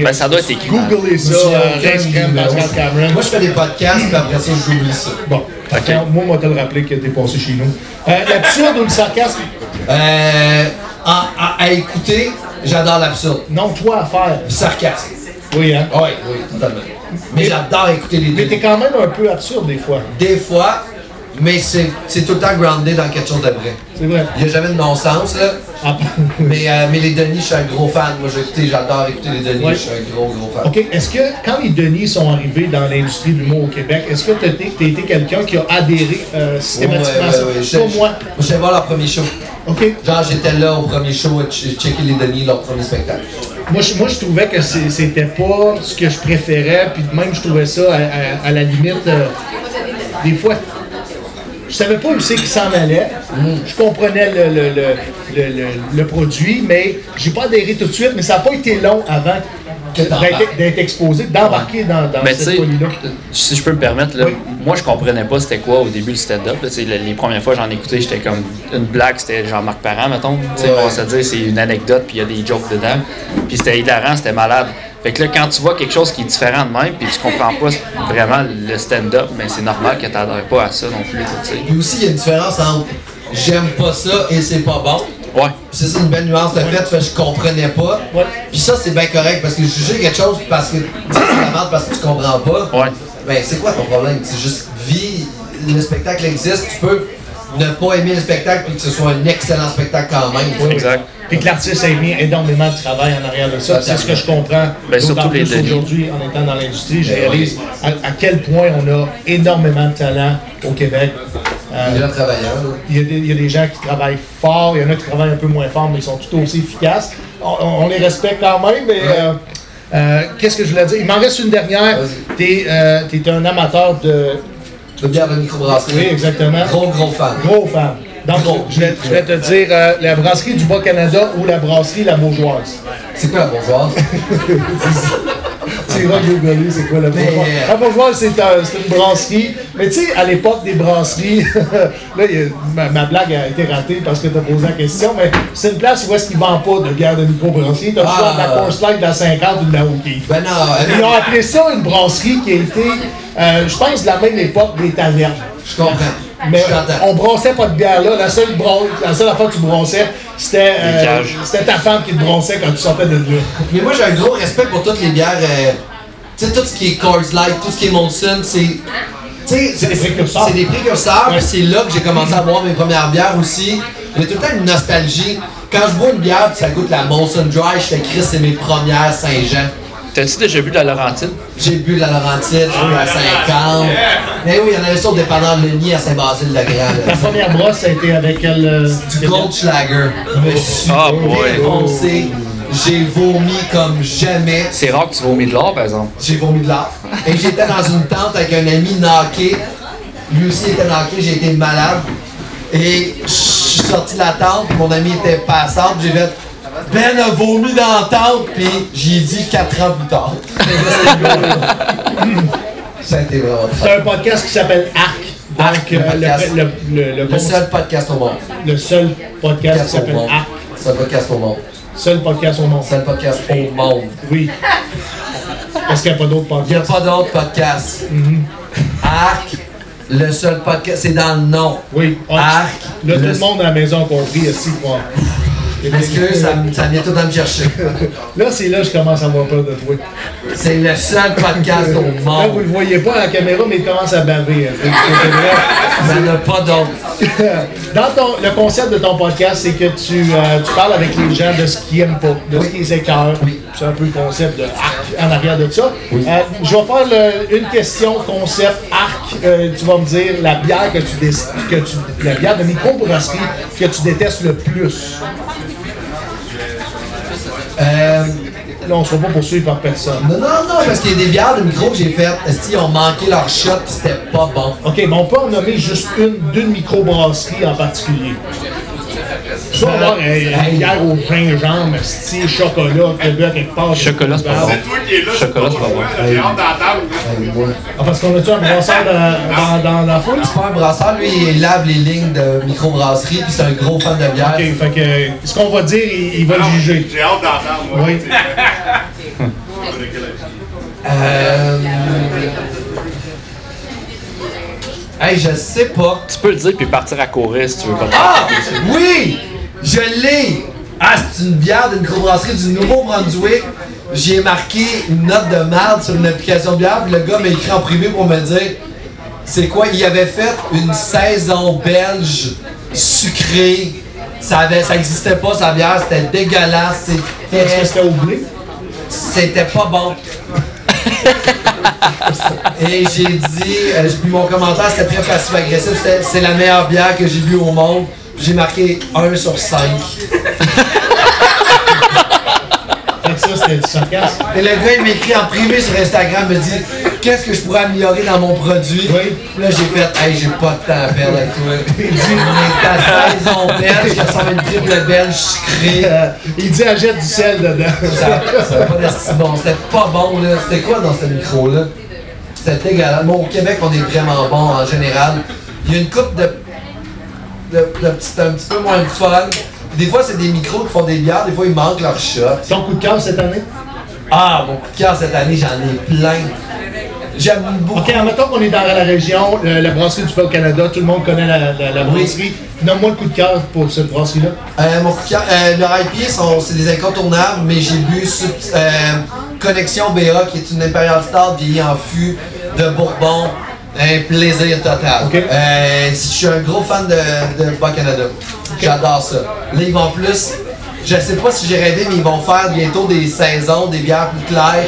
S3: Ben, ça doit être écrit, hein.
S2: Googlez ça,
S4: J'ai
S2: euh,
S4: aucun
S2: rince crème,
S4: numéro.
S2: Pascal Cameron.
S4: Moi, je fais des podcasts, puis après ça, j'oublie ça.
S2: Bon, Parfait. moi, moi, te le rappeler que t'es passé chez nous. Euh, L'absurde ou le sarcasme?
S4: Euh, à, à- à écouter, j'adore l'absurde.
S2: Non, toi à faire.
S4: Sarcasme. Ah
S2: Oui, hein?
S4: Oui, oui, totalement. Mais j'adore écouter les
S2: Mais t'es
S4: deux.
S2: quand même un peu absurde des fois.
S4: Des fois, mais c'est c'est tout le temps groundé dans quelque chose de vrai.
S2: C'est vrai.
S4: Il n'y a jamais de non-sens, là.
S2: Ah, (laughs)
S4: Mais, euh, mais les Denis, je suis un gros fan. Moi, j'ai écouté, j'adore écouter les Denis.
S2: Ouais.
S4: Je suis un gros, gros fan.
S2: OK, est-ce que quand les Denis sont arrivés dans l'industrie de l'humour au Québec, est-ce que t'as été, t'as été quelqu'un qui a adhéré euh,
S4: Ouais, ouais,
S2: systématiquement à ça?
S4: ouais, ouais.
S2: Pas moi.
S4: Je suis allé voir leur premier show.
S2: OK.
S4: Genre, j'étais là au premier show, et j'ai checké les Denis, leur premier spectacle.
S2: Moi je, moi, je trouvais que c'est- c'était pas ce que je préférais, puis même, je trouvais ça à, à- à la limite, euh, des fois, je savais pas où c'est qu'il s'en allait. Je comprenais le, le- le- le- le- le produit, mais j'ai pas adhéré tout de suite, mais ça n'a pas été long avant que
S4: t'embarques.
S2: d'être d'être exposé, d'embarquer dans, dans
S3: Mais tu
S2: cette
S3: sais,
S2: folie-là.
S3: si je peux me permettre, là,
S2: Oui.
S3: moi je comprenais pas c'était quoi au début le stand-up. là, tu sais, Les, les premières fois j'en écoutais, j'étais comme une blague, c'était Jean-Marc Parent, mettons. Tu sais,
S4: Ouais.
S3: On se dit c'est une anecdote, puis il y a des jokes dedans. Puis c'était hilarant, c'était malade. Fait que là, quand tu vois quelque chose qui est différent de même, puis tu comprends pas vraiment le stand-up, mais c'est normal que t'adhères pas à ça non plus. tu sais.
S4: Puis aussi, il y a une différence entre j'aime pas ça et c'est pas bon.
S3: Ouais.
S4: Puis c'est ça une belle nuance de fait, fait que je comprenais pas.
S2: Ouais.
S4: Puis ça c'est bien correct parce que juger quelque chose parce que tu sais, c'est la merde parce que tu comprends pas.
S3: Ouais.
S4: Ben c'est quoi ton problème C'est juste vis le spectacle existe, tu peux ne pas aimer le spectacle puis que ce soit un excellent spectacle quand même.
S3: Exact.
S2: Puis que l'artiste a mis énormément de travail en arrière de ça.
S4: Totalement.
S2: C'est ce que je comprends.
S3: Ben, surtout
S2: D'autant
S3: les
S2: plus
S3: Denis.
S2: aujourd'hui, en étant dans l'industrie, je
S4: Ben,
S2: réalise à, à quel point on a énormément de talent au Québec. Euh,
S4: Les gens travailleurs. là.
S2: il y, a des, il y a des gens qui travaillent fort, il y en a qui travaillent un peu moins fort, mais ils sont tout aussi efficaces. On, on- on les respecte quand même, mais euh, euh, qu'est-ce que je voulais dire? Il m'en reste une dernière.
S4: Vas-y.
S2: T'es euh, t'es un amateur de...
S4: Tu veux dire la microbrasserie
S2: Oui, exactement.
S4: Gros gros fan.
S2: Gros fan. Donc,
S4: Gros.
S2: je vais, je vais te dire euh, la brasserie du Bas-Canada ou la brasserie La Bourgeoise.
S4: C'est quoi la bourgeoise
S2: Tu iras googler c'est quoi la
S4: Mais- euh,
S2: bourgeoise. La bourgeoise, c'est un- c'est une brasserie. Mais tu sais, à l'époque des brasseries, (laughs) là, il y a- ma, ma blague a été ratée parce que tu as posé la question, mais c'est une place où est-ce qu'ils ne vendent pas de bière de microbrasserie. Tu as le choix de la
S4: Ah.
S2: course light de la 50 ou de la Hookie.
S4: Ben non.
S2: Ils ont appelé ça une brasserie qui a été, euh, je pense, de la même époque des tavernes.
S4: Je comprends.
S2: Mais
S4: je t'entends.
S2: on brassait pas de bière là. La seule, bron- la seule affaire que tu brassais, c'était euh,
S3: Les cages.
S2: c'était ta femme qui te bronçait quand tu sortais de là.
S4: Mais moi, j'ai un gros respect pour toutes les bières. euh, tu sais, tout ce qui est Coors Light, tout ce qui est Monson, c'est. tu sais,
S2: C'est des précurseurs.
S4: C'est des précurseurs,
S2: Ouais.
S4: puis c'est là que j'ai commencé à boire mes premières bières aussi. Il y a tout le temps une nostalgie. Quand je bois une bière, puis ça goûte la Monson Dry, je fais Chris, c'est mes premières Saint-Jean.
S3: T'as-tu déjà vu de la Laurentine?
S4: J'ai bu de la Laurentide, j'ai bu la 50. Mais oui, il y en avait sur au dépanneur Lenny à Saint-Basile-le-Grand.
S2: (laughs) La
S4: là.
S2: première brosse, ça a été avec elle. euh,
S4: Du Goldschlager.
S2: Oh,
S4: Monsieur
S3: boy.
S4: foncé. J'ai vomi comme jamais.
S3: C'est rare que tu vomis de l'or, par exemple.
S4: J'ai vomi de l'art. Et j'étais dans une tente avec un ami knocké. Lui aussi était knocké, j'ai été malade. Et je suis sorti de la tente, mon ami était passant, puis j'ai fait Ben a vomi dans la tente, puis j'y ai dit 4 ans plus tard. (laughs) Ça a été vraiment
S2: C'est un podcast qui s'appelle Arc. Donc, euh,
S4: podcast.
S2: le, le- le- le-
S4: Le seul podcast au monde.
S2: le seul podcast qui
S4: Podcast au
S2: s'appelle
S4: monde.
S2: Arc.
S4: Seul podcast au monde.
S2: Seul podcast au monde.
S4: Seul podcast au monde.
S2: Oui. Parce qu'il n'y a pas d'autre
S4: Il n'y a
S2: podcast.
S4: pas d'autre podcast.
S2: Mm-hmm.
S4: Arc, le seul podcast, c'est dans le nom.
S2: Oui. Ah,
S4: Arc.
S2: Là, tout
S4: le-
S2: le monde à la maison a compris aussi. quoi.
S4: (laughs) Parce que ça, me- ça vient tout à me chercher.
S2: Là, c'est là que je commence à avoir peur de toi.
S4: C'est le seul podcast
S2: Là,
S4: au
S2: vous ne
S4: monde.
S2: le voyez pas à la caméra, mais il commence à baver. hein. C'est- c'est vrai.
S4: Il n'y en a pas d'autre.
S2: Euh, Dans ton, le concept de ton podcast, c'est que tu, euh, tu parles avec les gens de ce qu'ils aiment pas, de ce qu'ils écœurent. C'est un peu le concept de arc en arrière de ça. Euh, je vais faire le- une question concept arc. Euh, tu vas me dire la bière que tu, dé- que tu la bière de microbrasserie que tu détestes le plus.
S4: Euh,
S2: Là, on ne sera pas poursuivi par personne.
S4: non, non, non, parce qu'il y a des bières de micro que j'ai faites. Est-ce qu'ils ont manqué leur shot pis c'était pas bon?
S2: OK, mais on peut en nommer juste une d'une microbrasserie en particulier. Ça, on va avoir euh, une bière au gingembre, style chocolat, que le gars quelque part.
S3: Chocolat, c'est pas bon.
S6: C'est toi qui es là, c'est
S3: Chocolat,
S6: pas
S3: c'est pas
S6: moi,
S3: bon.
S6: là, j'ai hâte d'entendre.
S2: Ah, parce qu'on a-tu un brasseur dans, dans, dans la foule?
S4: C'est pas un brasseur, lui, il lave les lignes de microbrasserie puis c'est un gros fan de bière.
S2: Ok, fait que ce qu'on va dire, il, il va
S6: Non,
S2: juger.
S6: J'ai hâte d'entendre, moi.
S2: Oui.
S6: C'est-
S4: Euh... Hey, je sais pas.
S3: Tu peux le dire puis partir à courir si tu veux. Comme
S4: Ah! Oui! Je l'ai! Ah, c'est une bière d'une microbrasserie du Nouveau-Brunswick. J'y ai marqué une note de merde sur une application de bière, puis le gars m'a écrit en privé pour me dire c'est quoi, il avait fait une saison belge sucrée. Ça avait, ça existait pas, sa bière, c'était dégueulasse,
S2: Est-ce que
S4: c'était,
S2: c'était oublié?
S4: c'était pas bon. Et j'ai dit, euh, puis mon commentaire c'était très passif-agressif, c'était c'est la meilleure bière que j'ai bu au monde. J'ai marqué 1 sur 5.
S2: Fait que ça, c'était du sarcasme.
S4: Et le gars, il m'écrit en privé sur Instagram, me dit Qu'est-ce que je pourrais améliorer dans mon produit
S2: Oui.
S4: Puis Là, j'ai fait Hey, j'ai pas de temps à perdre avec toi. Il dit Mais ta saison belge, ça ressemble à une triple belge sucrée.
S2: Euh, il dit achète du sel dedans.
S4: Ça ça a pas de si bon. C'était pas bon, là. C'était quoi dans ce micro-là? C'était dégueulasse. Bon, au Québec, on est vraiment bon en général. Il y a une coupe de. de, de petites- un petit peu moins de fun. Des fois, c'est des micros qui font des bières, des fois, ils manquent leur shot.
S2: Ton coup de cœur cette année?
S4: Ah, mon coup de cœur cette année, j'en ai plein. J'aime beaucoup.
S2: Ok, admettons qu'on est dans la région, le- la brasserie du peuple Canada, tout le monde connaît la, la, la
S4: Oui.
S2: brasserie. Nomme-moi le coup de cœur pour cette brasserie-là.
S4: Euh, mon coup de cœur, euh, leur IPA, sont- c'est des incontournables, mais j'ai bu sub- euh, Connexion BA, qui est une Imperial Star vieillie en fût de Bourbon. Un plaisir total.
S2: Ok.
S4: Euh, je suis un gros fan de, de Bas Canada. J'adore ça. Là, ils vont plus. Je sais pas si j'ai rêvé, mais ils vont faire bientôt des saisons, des bières plus claires.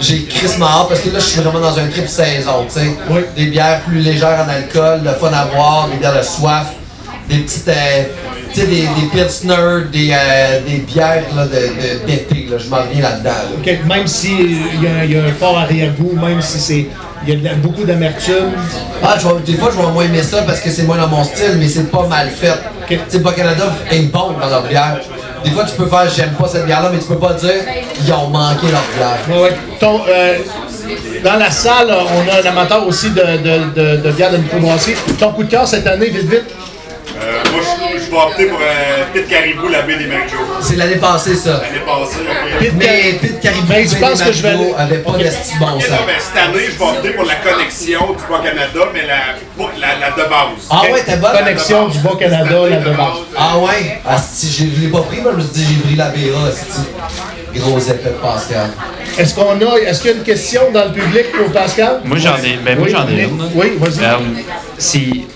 S4: J'ai crissement hâte parce que là, je suis vraiment dans un trip saison, tu sais.
S2: Oui.
S4: Des bières plus légères en alcool, de fun à boire, des bières de soif, des petites, euh, tu sais, des, des pilsner, des, euh, des bières là, de- de- d'été. là. je m'en reviens là-dedans. là.
S2: Ok, même s'il y, a- il y a un fort arrière-goût, même si c'est il y a de la- beaucoup d'amertume,
S4: Ah, je vais- des fois, je vais moins aimer ça parce que c'est moins dans mon style, mais c'est pas mal fait. Tu sais, Bas Canada est bon dans leur bière. Des fois, tu peux faire j'aime pas cette bière-là, mais tu peux pas dire ils ont manqué leur bière.
S2: Ouais, ouais. Ton, euh, dans la salle, on a un amateur aussi de, de, de, de bière de microbrasserie. Ton coup de cœur cette année, vite, vite.
S6: Euh, Moi, je- je vais opter pour euh, Pit Caribou, la baie des Marigots.
S4: C'est l'année passée, ça.
S6: L'année passée, ok.
S2: Pit
S4: Mais
S2: Cari-
S4: Pete Caribou
S2: Ben, je
S4: et
S2: pense que je vais
S4: Margot
S2: aller-
S4: avaient pas
S2: Ok.
S4: de si bon
S6: Ok,
S4: sens.
S6: non, ben, cette année, je vais opter pour la connexion du Bas-Canada, mais la, pour la, la de base.
S4: Ah ouais, t'es bonne?
S2: Connexion du Bas-Canada, la demande.
S4: Ah ouais? Ah, si, je je l'ai pas pris, moi, je me suis dit, j'ai pris la BA, si. Gros effet de Pascal.
S2: Est-ce qu'on a, est-ce qu'il y a une question dans le public pour Pascal?
S3: Moi j'en ai, ben, moi
S2: Oui,
S3: j'en ai
S2: Nick.
S3: une. là.
S2: Oui, vas-y.
S3: Euh, si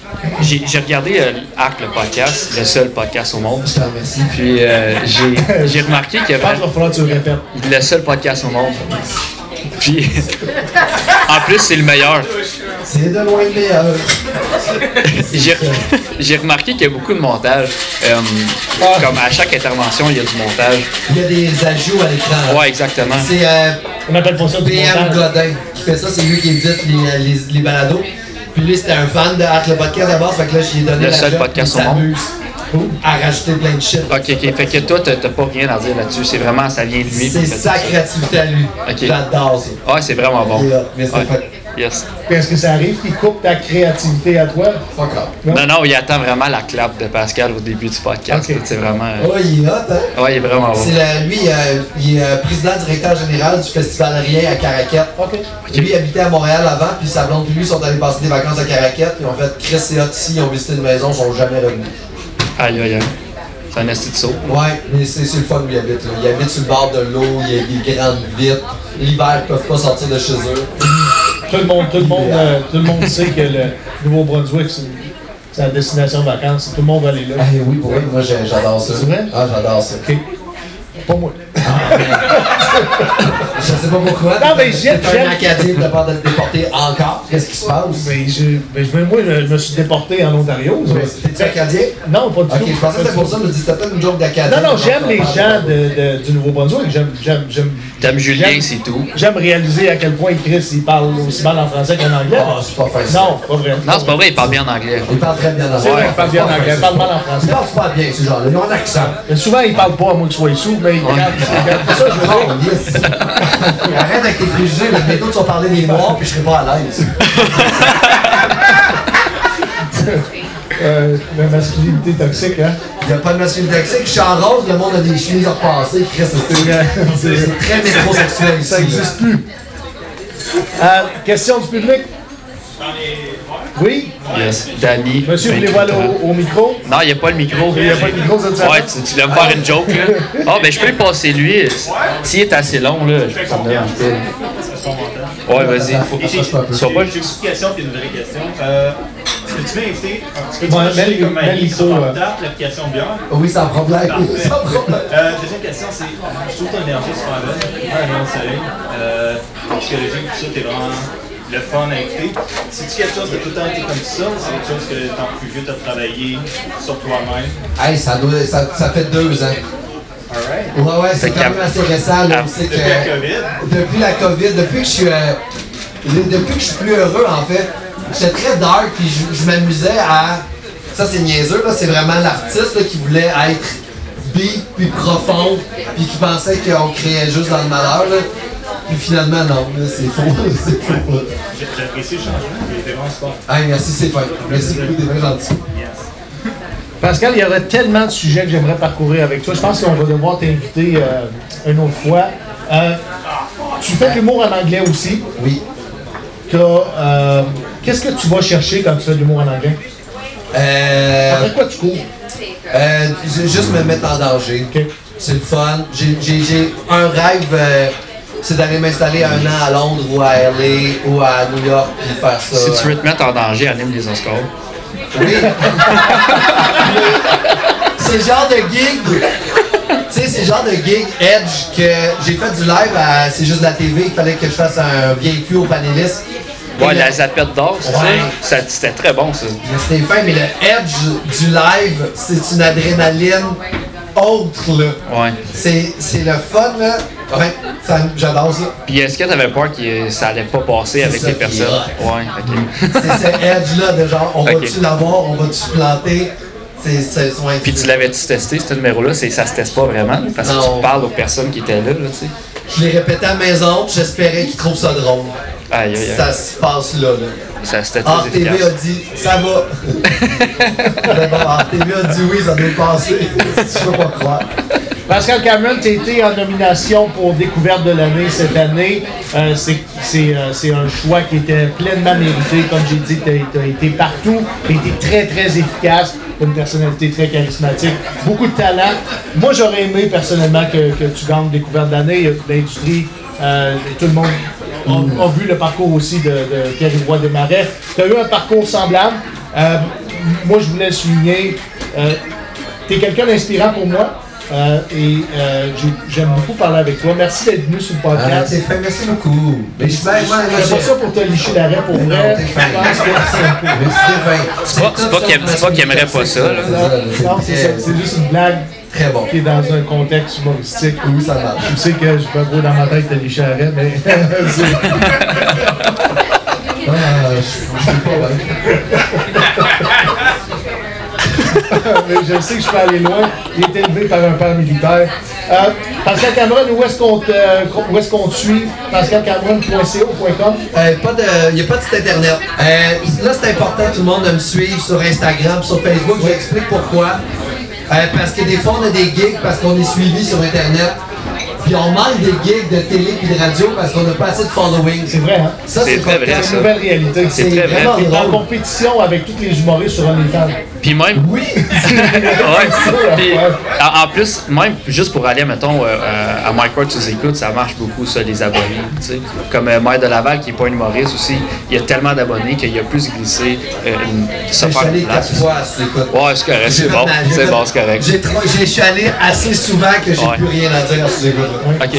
S3: j'ai j'ai regardé euh, Arc le podcast, le seul podcast au monde.
S4: Je te remercie.
S3: Puis euh, j'ai (laughs) j'ai remarqué qu'il
S2: Je
S3: y
S2: pense qu'il
S3: avait
S2: va falloir que tu le répètes.
S3: le seul podcast au monde. Puis, (laughs) en plus, c'est le meilleur.
S4: C'est de loin euh, le
S3: (laughs)
S4: meilleur.
S3: J'ai (laughs) j'ai remarqué qu'il y a beaucoup de montage. Euh,
S4: Ah.
S3: Comme à chaque intervention, il y a du montage.
S4: Il y a des ajouts à l'écran.
S3: Ouais, exactement.
S4: C'est euh,
S2: On appelle pas ça du
S4: PM
S2: montage.
S4: Godin qui fait ça, c'est lui qui édite les, les, les balados. Puis lui, c'était un fan de Arc le podcast à la base, fait que là, j'ai donné
S3: Le
S4: la
S3: seul
S4: job,
S3: podcast
S4: puis il
S3: au monde.
S4: s'amuse à rajouter plein de shit.
S3: Ok, ok. Fait que toi, t'as t'as pas rien à dire là-dessus. C'est vraiment, ça vient de lui.
S4: C'est sa créativité à lui.
S3: Ok.
S4: J'adore ça.
S3: Ouais, c'est vraiment bon.
S4: Il est là, mais c'est
S3: Ouais.
S4: fait.
S3: Yes.
S2: Puis est-ce que ça arrive qu'il coupe ta créativité à toi?
S4: Fuck off.
S3: Non, non, il attend vraiment la clap de Pascal au début du podcast.
S2: Ok.
S3: C'est vraiment.
S4: Oh, il est hot, hein?
S3: euh, Ouais, il est vraiment bon.
S4: C'est le- lui, euh, il est euh, président directeur général du Festival Rien à Caraquette.
S2: OK.
S4: Lui il habitait à Montréal avant, puis sa blonde et lui sont allés passer des vacances à Caraquette, puis en fait Chris et Hot ici, ils ont visité une maison, ils sont jamais revenus.
S3: Aïe, aïe, aïe. C'est un esti de saut.
S4: Ouais, mais c'est c'est le fun où il habite. Là. Il habite sur le bord de l'eau, il y a des grandes vitres. L'hiver, ils peuvent pas sortir de chez eux.
S2: Tout le monde, tout le monde, euh, tout le monde sait que le Nouveau-Brunswick, c'est c'est la destination vacances. Tout le monde va aller là.
S4: Ah oui, oui, moi j'ai- j'adore ça.
S2: C'est vrai?
S4: Ah, j'adore ça. Ah,
S2: OK. Pas moi.
S4: Je sais pas pourquoi.
S2: Non, mais
S4: j'ai
S2: j'aime- j'aime-
S4: un Acadien de peur d'être déporté encore. Qu'est-ce qui se passe?
S2: Mais, Ben, je, mais je- moi, je, je me suis déporté en Ontario. ça.
S4: T'es-tu Acadien?
S2: Non, pas du
S4: Ok,
S2: tout.
S4: je pensais que c'était pour ça, mais je me dis c'était peut-être une joke d'Acadien.
S2: Non, non, j'aime les gens de, de- du Nouveau-Brunswick. J'aime, j'aime, j'aime.
S3: Dame Julien,
S2: j'aime-
S3: c'est tout.
S2: J'aime réaliser à quel point Chris, il parle aussi mal en français qu'en anglais.
S4: Ah, c'est pas facile.
S2: Non, pas vrai.
S3: Non, c'est pas vrai, il parle bien en anglais.
S4: Ils parlent très bien en anglais.
S2: C'est vrai, ils parlent bien en anglais, ils parlent mal en français.
S4: Ils parlent pas bien, ces gens-là. Ils ont un accent.
S2: Mais souvent, il parle pas à moins que je sois sous, mais il regarde. C'est
S3: (laughs)
S2: ça, que je veux dire.
S4: Non, yes. Arrête avec tes préjugés, là. bientôt tu vas parler des noirs puis je serai pas à l'aise.
S2: Euh, la masculinité toxique, hein.
S4: Il n'y a pas de masculinité toxique, je suis en rose, le monde a des chemises repassées, Chris, c'est- c'est c'est très métrosexuel ici.
S2: Ça
S4: là.
S2: n'existe plus. Euh, question du public? Oui?
S3: Yes. Danny.
S2: Monsieur, vous voulez voir
S3: vingt-huit ans.
S2: au, au micro?
S3: Non, il n'y a pas le micro.
S2: Il n'y a pas de micro, ça, tu savais?
S3: Ouais, tu, tu voulais me faire une
S2: (laughs)
S3: joke, là? Ah, ben je peux le passer lui. S'il est assez long, là, je peux prendre un peu. Ouais, vas-y. Faut... Sois pas
S5: J'ai
S3: juste.
S5: aussi une question qui est une vraie question. Euh, Est-ce que tu veux inviter Est-ce que tu
S2: Ouais,
S5: veux acheter
S2: mets le-
S5: comme
S2: mets le
S5: Annie
S2: micro,
S5: sur
S2: ouais.
S5: ton table, l'application bière?
S4: Oui, sans problème. Sans problème.
S5: Euh, deuxième question, c'est je trouve ton énergie super bonne, un rayon de soleil, euh, ton psychologie, tout ça, t'es vraiment le fun à écouter. C'est-tu quelque chose que tout le temps été comme ça ou c'est quelque chose que tant plus vieux t'as travaillé sur toi-même?
S4: Hey, ça, doit- ça, ça fait deux ans.
S5: Alright.
S4: Ouais, ouais, c'est
S3: Fait
S4: quand même
S3: qu'à-
S4: assez récent. Là, on sait que,
S5: Depuis la COVID?
S4: Depuis la COVID, depuis que je suis, euh, le- depuis que je suis plus heureux, en fait, j'étais très dark puis je, je m'amusais à. Ça, c'est niaiseux, là, c'est vraiment l'artiste là, qui voulait être deep puis profond puis qui pensait qu'on créait juste dans le malheur. Là. Puis finalement, non, là, c'est faux. (laughs) c'est faux. là.
S5: J'apprécie le changement, il était vraiment sport.
S4: Hey, merci, c'est fun. Merci beaucoup, t'es bien gentil.
S2: Pascal, il y aurait tellement de sujets que j'aimerais parcourir avec toi. Je pense qu'on va devoir t'inviter euh, une autre fois. Euh, tu fais de l'humour en anglais aussi.
S4: Oui.
S2: T'as, euh, Qu'est-ce que tu vas chercher quand tu fais de l'humour en anglais?
S4: Euh,
S2: Après quoi tu cours?
S4: Euh, ju- juste me mettre en danger.
S2: Ok.
S4: C'est le fun. J'ai- J'ai j'ai un rêve, euh, c'est d'aller m'installer un an à Londres ou à LA ou à New York puis faire ça.
S3: Si tu veux te mettre en danger, anime les Oscars.
S4: Oui. (laughs) c'est le genre de gig. Tu sais, c'est le genre de gig edge que j'ai fait du live à C'est juste la TV. Il fallait que je fasse un bien cul aux panélistes.
S3: Ouais,
S4: Et
S3: la
S4: le-
S3: zapette d'or, c'est
S4: Ouais.
S3: ça? ça? C'était très bon, ça.
S4: Mais C'était fin, mais le edge du live, c'est une adrénaline autre, là.
S3: Ouais.
S4: C'est, c'est le fun, là. Ouais, ça, j'adore ça.
S3: Puis est-ce que t'avais peur que ça allait pas passer avec
S4: ça
S3: les
S4: qui
S3: personnes?
S4: est
S3: Ouais, ok. (laughs)
S4: C'est ce edge-là de genre, on
S3: Ok.
S4: va-tu l'avoir, on va-tu se planter. C'est, c'est, ouais,
S3: Puis tu l'avais-tu testé, ce numéro-là? C'est- Ça se teste pas vraiment, parce que
S4: Non.
S3: tu parles aux personnes qui étaient là, là, tu sais.
S4: Je l'ai répété à la maison, j'espérais qu'ils trouvent ça drôle.
S3: Aïe, aïe,
S4: Ça Ah,
S3: aïe.
S4: se passe là, là.
S3: Ça, c'était
S4: Art
S3: très
S4: TV a
S3: efficace.
S4: dit, ça va. Mais bon, Art TV a dit oui, ça doit passer. Je peux pas croire.
S2: Pascal Cameron, tu été en nomination pour Découverte de l'année cette année. Euh, c'est- c'est euh, c'est un choix qui était pleinement mérité. Comme j'ai dit, tu as, été partout, tu été très, très efficace, t'as une personnalité très charismatique, beaucoup de talent. Moi, j'aurais aimé personnellement que, que tu gagnes Découverte de l'année. Euh, L'industrie, euh, tout le monde a, a vu le parcours aussi de, de Pierre-Yvoy Desmarais. Tu as eu un parcours semblable. Euh, moi, je voulais souligner, euh, tu es quelqu'un d'inspirant pour moi. Euh, et euh, j'ai- j'aime beaucoup parler avec toi. Merci d'être venu sur le
S4: Ah,
S2: podcast.
S4: t'es fait, merci beaucoup. Mais je ben, moi, moi,
S2: C'est pas ça
S4: j'ai-
S2: pour te licher l'arrêt pour
S4: Non,
S2: vrai.
S4: t'es
S2: Je
S4: fin.
S2: pense que c'est-
S4: Merci, Stéphane.
S3: C'est pas- c'est pas qu'il- c'est pas qu'il aimerait pas ça, là.
S2: Non, c'est ça. C'est juste une blague
S4: Très bon.
S2: qui est dans un contexte humoristique.
S4: Oui, ça marche.
S2: Je sais que je peux gros dans ma tête te licher l'arrêt, mais. (laughs) c'est-
S4: Ah, je je suis pas bien.
S2: mais je sais que je peux aller loin. Il est élevé par un père militaire. Euh, Pascal Cameron, où est-ce qu'on te, où est-ce qu'on te suit? PascalCameron.co.com.
S4: Euh, pas de, il n'y a pas de site internet. Euh, là, c'est important, tout le monde, de me suivre sur Instagram, sur Facebook. Je vous explique pourquoi. Euh, parce que des fois, on a des gigs parce qu'on est suivi sur Internet. Puis on manque des gigs de télé et de radio parce qu'on n'a pas assez de following.
S2: C'est vrai, hein?
S4: Ça,
S3: C'est
S4: c'est
S3: très
S4: pas
S3: vrai,
S2: C'est
S3: ça.
S2: une nouvelle réalité.
S4: C'est
S3: très vrai.
S2: vraiment
S4: Puis
S2: en
S4: drôle.
S2: compétition avec tous les humoristes sur OnlyFans.
S3: Puis même, (laughs)
S4: Oui! (laughs)
S3: Ouais.
S2: ça,
S3: Puis,
S2: ouais.
S3: en, en plus, même juste pour aller, mettons, euh, euh, à Mike Ward, tu les écoutes, ça marche beaucoup, ça, les abonnés. tu sais. Comme euh, Mike de Laval, qui n'est pas un humoriste aussi, il y a tellement d'abonnés qu'il a plus glissé euh, une, se
S4: Je
S3: faire
S4: suis allé
S3: une
S4: quatre
S3: place.
S4: fois à ce écoute.
S3: Ouais, c'est correct, c'est bon, c'est bon, c'est correct.
S4: J'ai trop- j'ai- Je suis allé assez souvent que j'ai
S3: Ouais.
S4: plus rien à dire à ce écoute.
S3: Ok.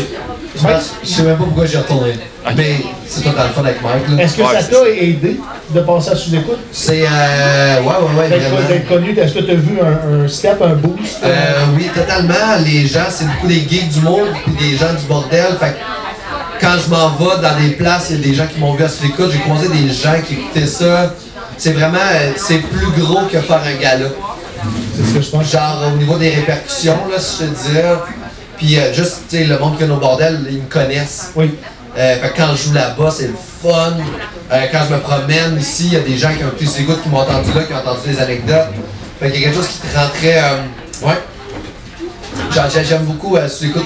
S4: Je pense- je sais même pas pourquoi j'ai retourné. Mais c'est totalement fun avec Mike. là.
S2: Est-ce que
S3: Ouais,
S2: ça
S3: c'est
S2: t'a aidé de passer à sous-écoute?
S4: C'est. Euh, ouais, ouais, ouais,
S2: D'être
S4: vraiment.
S2: d'être connu, est-ce que tu as vu un, un step, un boost?
S4: Euh, oui, totalement. Les gens, c'est beaucoup des geeks du monde puis des gens du bordel. Fait que quand je m'en vais dans des places, il y a des gens qui m'ont vu à sur l'écoute. J'ai croisé des gens qui écoutaient ça. C'est vraiment, euh, c'est plus gros que faire un gala.
S2: C'est ce que je pense.
S4: Genre, au niveau des répercussions, là, si je te dirais. Puis euh, juste, tu sais, le monde qui est au bordel, ils me connaissent.
S2: Oui.
S4: Euh, fait que quand je joue là-bas, c'est le fun. Euh, quand je me promène ici, il y a des gens qui ont écouté sur l'écoute, qui m'ont entendu là, qui ont entendu des anecdotes. Fait qu'il y a quelque chose qui te rentrait. euh, ouais. J'en- j'ai- J'aime beaucoup euh, sur l'écoute.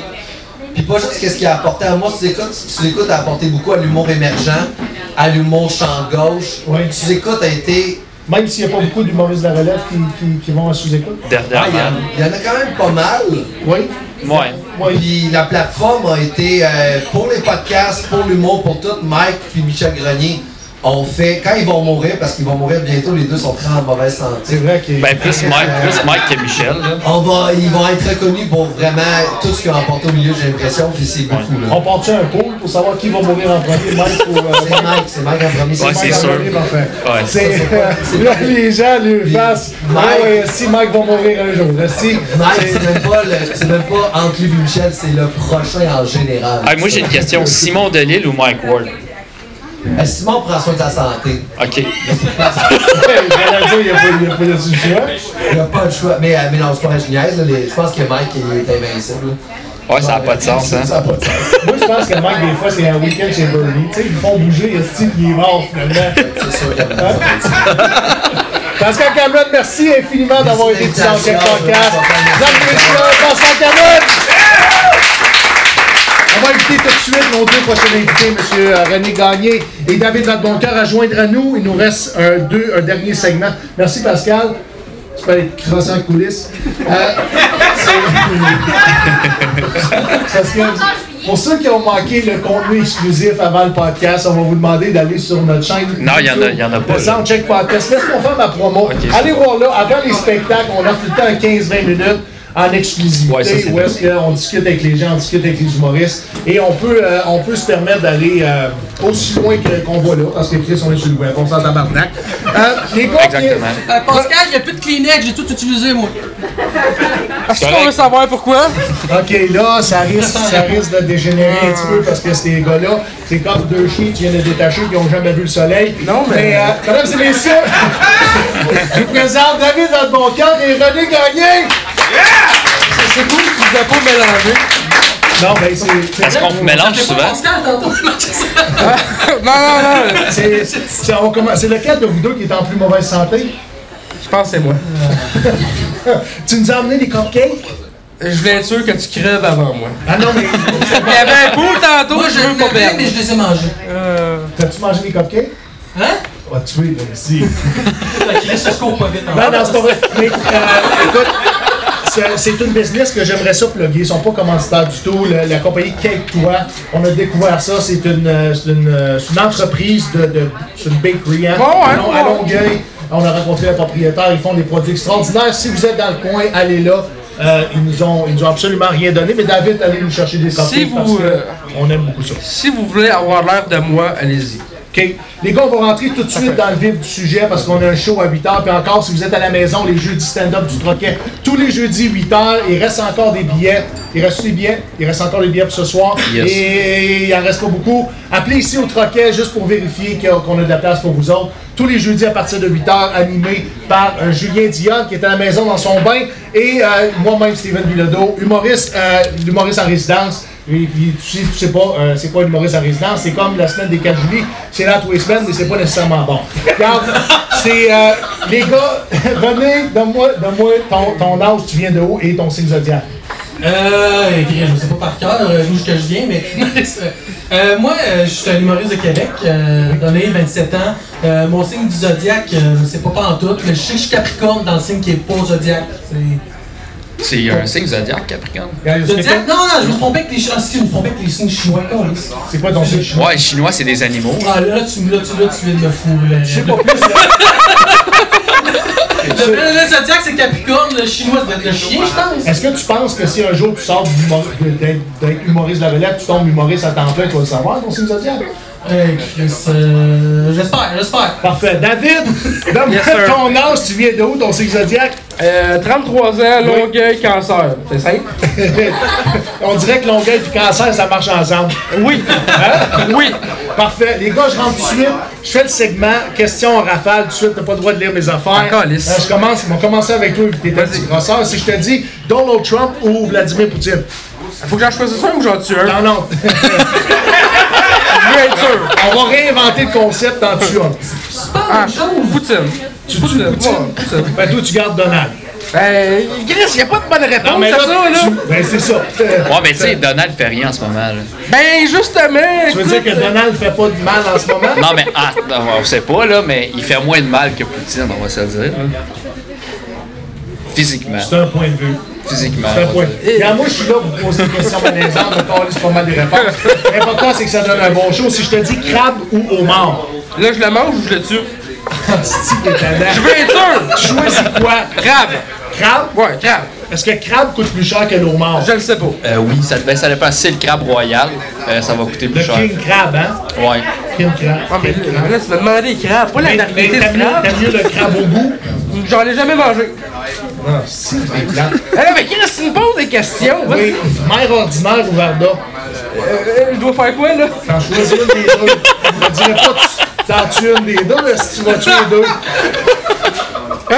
S4: Puis pas juste qu'est-ce qu'il a apporté à moi, sur l'écoute, sur l'écoute a apporté beaucoup à l'humour émergent, à l'humour champ gauche.
S2: Ouais.
S4: Sur l'écoute a été.
S2: Même s'il n'y a pas beaucoup d'humoristes de la relève qui, qui, qui vont à sous-écoute.
S4: Ah, il y
S3: Dernièrement.
S4: en- il y, en a quand même pas mal.
S2: Oui.
S3: Ouais.
S2: Oui.
S4: Puis la plateforme a été euh, pour les podcasts, pour l'humour, pour tout. Mike puis Michel Grenier ont fait, quand ils vont mourir, parce qu'ils vont mourir bientôt, les deux sont très en mauvaise
S2: C'est
S4: santé.
S2: vrai qu'il
S3: Ben, plus Mike, plus Mike que Michel, là.
S4: On va, ils vont être reconnus pour vraiment tout ce qu'ils ont apporté au milieu, j'ai l'impression, puis c'est beaucoup. Là.
S2: On part-tu un pool pour savoir qui va mourir en premier, Mike ou. euh,
S4: C'est Mike, c'est Mike en premier.
S3: Ouais,
S4: Mike
S3: c'est
S4: en
S3: sûr.
S4: premier.
S2: Enfin,
S3: Ouais.
S2: c'est,
S4: c'est pas-
S2: (laughs)
S4: c'est
S2: là,
S4: pas-
S2: les gens lui
S4: Puis
S2: fassent
S4: Mike-
S2: Ah ouais, si Mike va mourir un jour, là, si.
S4: Mike, c'est même pas, le- c'est même pas entre lui et Michel, c'est le prochain en général.
S3: Ah, moi, j'ai une question. Simon Delille ou Mike Ward?
S4: Euh, Simon prend soin de sa santé.
S3: Ok.
S2: J'allais dire, il n'y a pas- il y a pas de sujet.
S4: Il n'y a pas de choix. Mais, euh, mais non, c'est pas vrai, je niaise, là, les- Je pense que Mike il est invincible. là.
S3: Ouais, ça n'a pas de sens, hein.
S4: Ça n'a pas de sens.
S2: Moi, je pense que Mike, des fois, c'est un week-end chez Bernie. Tu sais, ils le font bouger, il style qui est mort finalement.
S4: C'est sûr qu'il y a pas de sens.
S2: Pascal Cameron, merci infiniment d'avoir été
S4: Merci
S2: sur Enquête
S4: d'invitation.
S2: Podcast. Mesdames et messieurs, Pascal Cameron! On va inviter tout de suite nos deux prochains invités, M. René Gagné et David Vadeboncoeur, à joindre à nous. Il nous reste un, deux, un dernier segment. Merci, Pascal. Tu peux aller te crosser en coulisses. Euh, c'est- Parce que pour ceux qui ont manqué le contenu exclusif avant le podcast, on va vous demander d'aller sur notre chaîne.
S3: Non, il y en a- il y en a pas,
S2: Le
S3: là.
S2: Soundcheck Podcast. Laisse-moi faire ma promo.
S3: Ok.
S2: Allez voir là, avant les spectacles, on offre tout le temps 15-20 minutes en exclusivité
S3: Ouais, ça, c'est
S2: où est-ce qu'on discute avec les gens, on discute avec les humoristes et on peut, euh, on peut se permettre d'aller euh, aussi loin que- qu'on voit là parce que Chris, on est sur le web, on s'en tabarnak. Euh, les gars,
S3: Exactement.
S7: Euh, Pascal, il n'y a plus de Kleenex, j'ai tout utilisé, moi. Est-ce
S3: Correct.
S7: qu'on veut savoir pourquoi?
S2: OK, là, ça risque,
S7: (laughs)
S2: ça risque de dégénérer un petit peu parce que ces gars-là, c'est comme deux chiens qui viennent de détacher qui n'ont jamais vu le soleil. Non, mais. euh, mesdames
S7: (laughs)
S2: et messieurs, je vous présente David Alboncamp et René Gagné.
S7: C'est cool, tu ne pas mélanger.
S2: Non, ben, c'est-
S7: (laughs)
S2: c'est.
S3: Est-ce qu'on vous mélange souvent?
S7: Pascal, tantôt, non, non, non,
S2: C'est c'est- on commence- c'est lequel de vous deux qui est en plus mauvaise santé?
S7: je pense que c'est moi.
S2: (laughs) Tu nous as amené des cupcakes?
S7: Je voulais être sûr que tu creves avant moi. (laughs)
S2: Ah non, mais
S7: Il y avait un pool tantôt,
S8: Moi,
S7: je
S8: je
S7: veux pas
S8: l'avais,
S7: perdre.
S8: mais je les ai mangés.
S7: Euh,
S2: t'as-tu mangé des cupcakes?
S8: Hein?
S2: Ah, tu es, là, (laughs) ici.
S8: Laisse ça se coupe pas vite. hein.
S2: Non, non, c'est pas vrai. Mais, euh, écoute, c'est- c'est une business que j'aimerais ça plugger. Ils sont pas commanditaires du tout. Le- la compagnie Cake Toi, on a découvert ça. C'est une, euh, c'est une, euh, c'est une entreprise de, de c'est une bakery hein,
S7: Ouais, ouais,
S2: à, Long- à
S7: ouais.
S2: Longueuil. On a rencontré le propriétaire. Ils font des produits extraordinaires. Si vous êtes dans le coin, allez là. Euh, ils, nous ont, ils nous ont absolument rien donné, mais David, allez nous chercher des copies
S9: Si
S2: parce
S9: vous,
S2: que
S9: euh,
S2: on aime beaucoup ça.
S9: Si vous voulez avoir l'air de moi, allez-y.
S2: OK. Les gars, on va rentrer tout de suite dans le vif du sujet parce qu'on a un show à 8h. Puis encore, si vous êtes à la maison, les jeudis stand-up du Troquet, tous les jeudis 8h, il reste encore des billets. Il reste des billets. Il reste encore des billets pour ce soir.
S3: Yes.
S2: Et il en reste pas beaucoup. Appelez ici au Troquet juste pour vérifier que- qu'on a de la place pour vous autres. Tous les jeudis à partir de 8h, animé par euh, Julien Dion qui est à la maison dans son bain. Et euh, moi-même, Steven Bilodeau, humoriste, euh, humoriste en résidence. Et puis, tu sais, tu sais pas, euh, c'est quoi une humoriste en résidence, c'est comme la semaine des 4 juillet, c'est là tous les semaines, mais c'est pas nécessairement bon.
S9: (laughs)
S2: Regarde, c'est, euh, les gars, (laughs) René, donne-moi, donne-moi ton, ton âge, tu viens de où et ton signe zodiac.
S8: Euh, je sais pas par cœur euh, d'où que je viens, mais (laughs) euh, moi, euh, je suis un humoriste de Québec, euh, dans les 27 ans. Euh, mon signe du zodiaque, euh, je sais pas pas en tout, mais je sais que je suis Capricorne dans le signe qui est pas zodiaque. C'est-
S3: C'est un signe zodiac, Capricorne.
S2: Regarde, c'est quoi-
S8: Zodiac? Non, non, je me trompais avec les chi- ah, si, je me trompais avec les signes chinois. Ah, câlisse.
S2: C'est quoi ton signe chinois?
S3: Ouais, les chinois, c'est des animaux.
S8: Ah là, tu, là, tu, là, tu viens de me fourrer.
S2: Je sais pas plus.
S8: Le, le zodiaque, c'est Capricorne, le chinois, c'est le chien, je pense.
S2: Est-ce que tu penses que si un jour tu sors d'humor- de- d'être d'être humoriste de la vedette, tu tombes humoriste à temps plein, tu vas le savoir, ton signe zodiac?
S8: Hey, Chris, euh, j'espère, j'espère.
S2: Parfait. David, donne-moi
S9: Yes, sir.
S2: ton âge, tu viens de où, ton signe zodiac?
S9: Euh, 33 ans, Longueuil, cancer. C'est simple?
S2: On dirait que Longueuil et cancer, ça marche ensemble.
S9: Oui. Hein? Oui.
S2: Parfait. Les gars, je rentre tout de suite. Je fais le segment. Question en rafale. Tout de suite, t'as pas le droit de lire mes affaires.
S9: Encore, lisse.
S2: Euh, je commence. On va commencer avec toi, vu que t'es un petit grosseur. Si je te dis Donald Trump ou Vladimir Poutine.
S9: Faut que j'en choisisse un ou j'en tue
S2: Non,
S9: un?
S2: non. (laughs)
S9: Je veux être sûr. Ah,
S2: On va réinventer le concept en tuant.
S8: C'est pas une chose.
S9: Poutine. Tu tues Poutine. Poutine.
S2: Ben, toi, tu gardes Donald.
S9: Ben, Chris, y a pas de bonne réponse
S2: mais
S9: à ça, là.
S2: tu- Ben, c'est ça. (laughs)
S3: Ouais, mais tu sais, Donald fait rien en ce moment. là.
S9: Ben, justement.
S2: Tu veux dire que Donald fait pas de mal en ce moment?
S3: Non, mais ah, on sait pas, là, mais il fait moins de mal que Poutine, on va se le dire. là. Physiquement.
S2: C'est un point de vue.
S3: Physiquement.
S2: C'est un
S3: on
S2: point.
S3: va
S9: Euh,
S3: dire.
S2: Regarde, moi, je suis là pour vous poser des questions malaisantes, mais on c'est pas mal des réponses. L'important, c'est que ça donne un bon show. Si je te dis crabe ou homard,
S9: Là, je le mange ou je le tue?
S2: c'est étonnant.
S9: Je veux être
S2: (laughs)
S9: sûr.
S2: Choisis quoi?
S9: Crabe.
S2: Crabe?
S9: Ouais, crabe.
S2: Est-ce que crabe coûte plus cher que l'homard?
S9: Je le sais pas.
S3: Euh, oui, ça, ben, ça dépend. Si c'est le crabe royal, euh, ça va coûter
S2: Le
S3: plus cher.
S2: king crabe, hein?
S3: Ouais.
S2: King crabe.
S9: Ah, mais
S2: king
S9: là,
S2: crabe.
S9: là, tu m'as demandé crabe, pas la
S2: Mais- mais
S9: variété
S2: t'as
S9: de
S2: mieux,
S9: crabe.
S2: t'as mieux le crabe au goût?
S9: J'en ai jamais mangé.
S2: Ah, si, t'es plate.
S9: Alors, mais Chris, tu me poses des questions.
S2: Oui, mère ordinaire ou Varda?
S9: Euh, je dois faire quoi, là?
S2: T'en choisis une des deux. Je me dirais pas tu- t'en tues une des deux, mais si tu vas tuer les deux.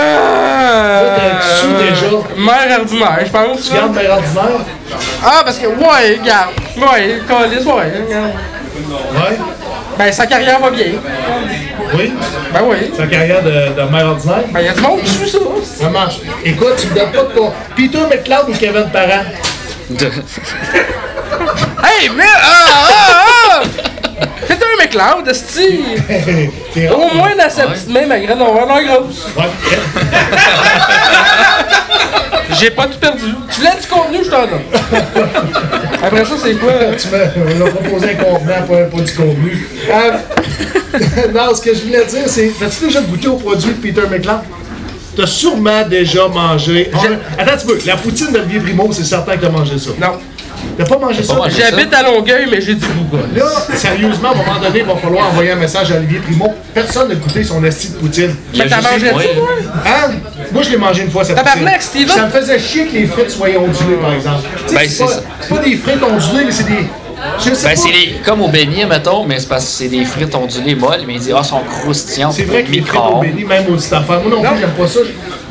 S9: Euh,
S2: t'es sous déjà.
S9: Mère ordinaire, je pense.
S2: Tu gardes mère ordinaire?
S9: Ah, parce que, ouais, regarde. Ouais, Colis, ouais. regarde.
S2: Ouais.
S9: Ben, sa carrière va bien.
S2: Oui.
S9: Ben, oui.
S2: Sa carrière de, de mère ordinaire?
S9: Ben, y'a du monde qui suit ça. aussi.
S2: Ça marche. Écoute, tu me donnes pas de con. Peter McLeod ou Kevin Parent? (laughs)
S9: Hey, mais. Ah, ah, ah! (laughs) T'es un mec loud, esti.
S2: T'es
S9: Au
S2: rond.
S9: moins, dans sa petite main, ma graine, on va avoir l'air grosse.
S2: Ouais.
S9: J'ai pas tout perdu. Tu l'as du contenu, je
S2: (laughs)
S9: t'en donne. Après ça, c'est quoi? euh?
S2: Tu me l'as proposé un contenant, pas, pas du contenu. Euh, (laughs) non, ce que je voulais dire, c'est. As-tu déjà goûté au produit de Peter McLeod? T'as sûrement déjà mangé.
S9: J'ai-
S2: Attends un petit peu. La poutine d'Olivier Primo, c'est certain que t'as mangé ça.
S9: Non.
S2: T'as pas mangé ça?
S3: mangé.
S9: J'habite à Longueuil, mais j'ai du goût, gars.
S2: Là, sérieusement, à un moment donné, il va falloir envoyer un message à Olivier Primo. Personne n'a goûté son esti de poutine.
S3: Il y a
S9: Mais t'as
S3: juste les
S9: mangé
S3: moyens.
S9: ça, ouais?
S2: Hein? Moi, je l'ai mangé une fois, cette
S9: Tabarnak,
S2: poutine.
S9: Steven!
S2: Ça me faisait chier que les frites soient ondulées, par exemple. Tu sais,
S3: Ben,
S2: c'est
S3: c'est
S2: pas,
S3: ça.
S2: c'est pas des frites ondulées, mais c'est des... Je sais
S3: Ben,
S2: pas.
S3: c'est des- comme au beignet, mettons, mais c'est parce que c'est des frites ondulées molles, mais il dit, ah, sont croustillantes.
S2: C'est vrai que les frites au
S3: Micro-ondes.
S2: béni, même au petit affaire. Moi non, plus, j'aime pas ça.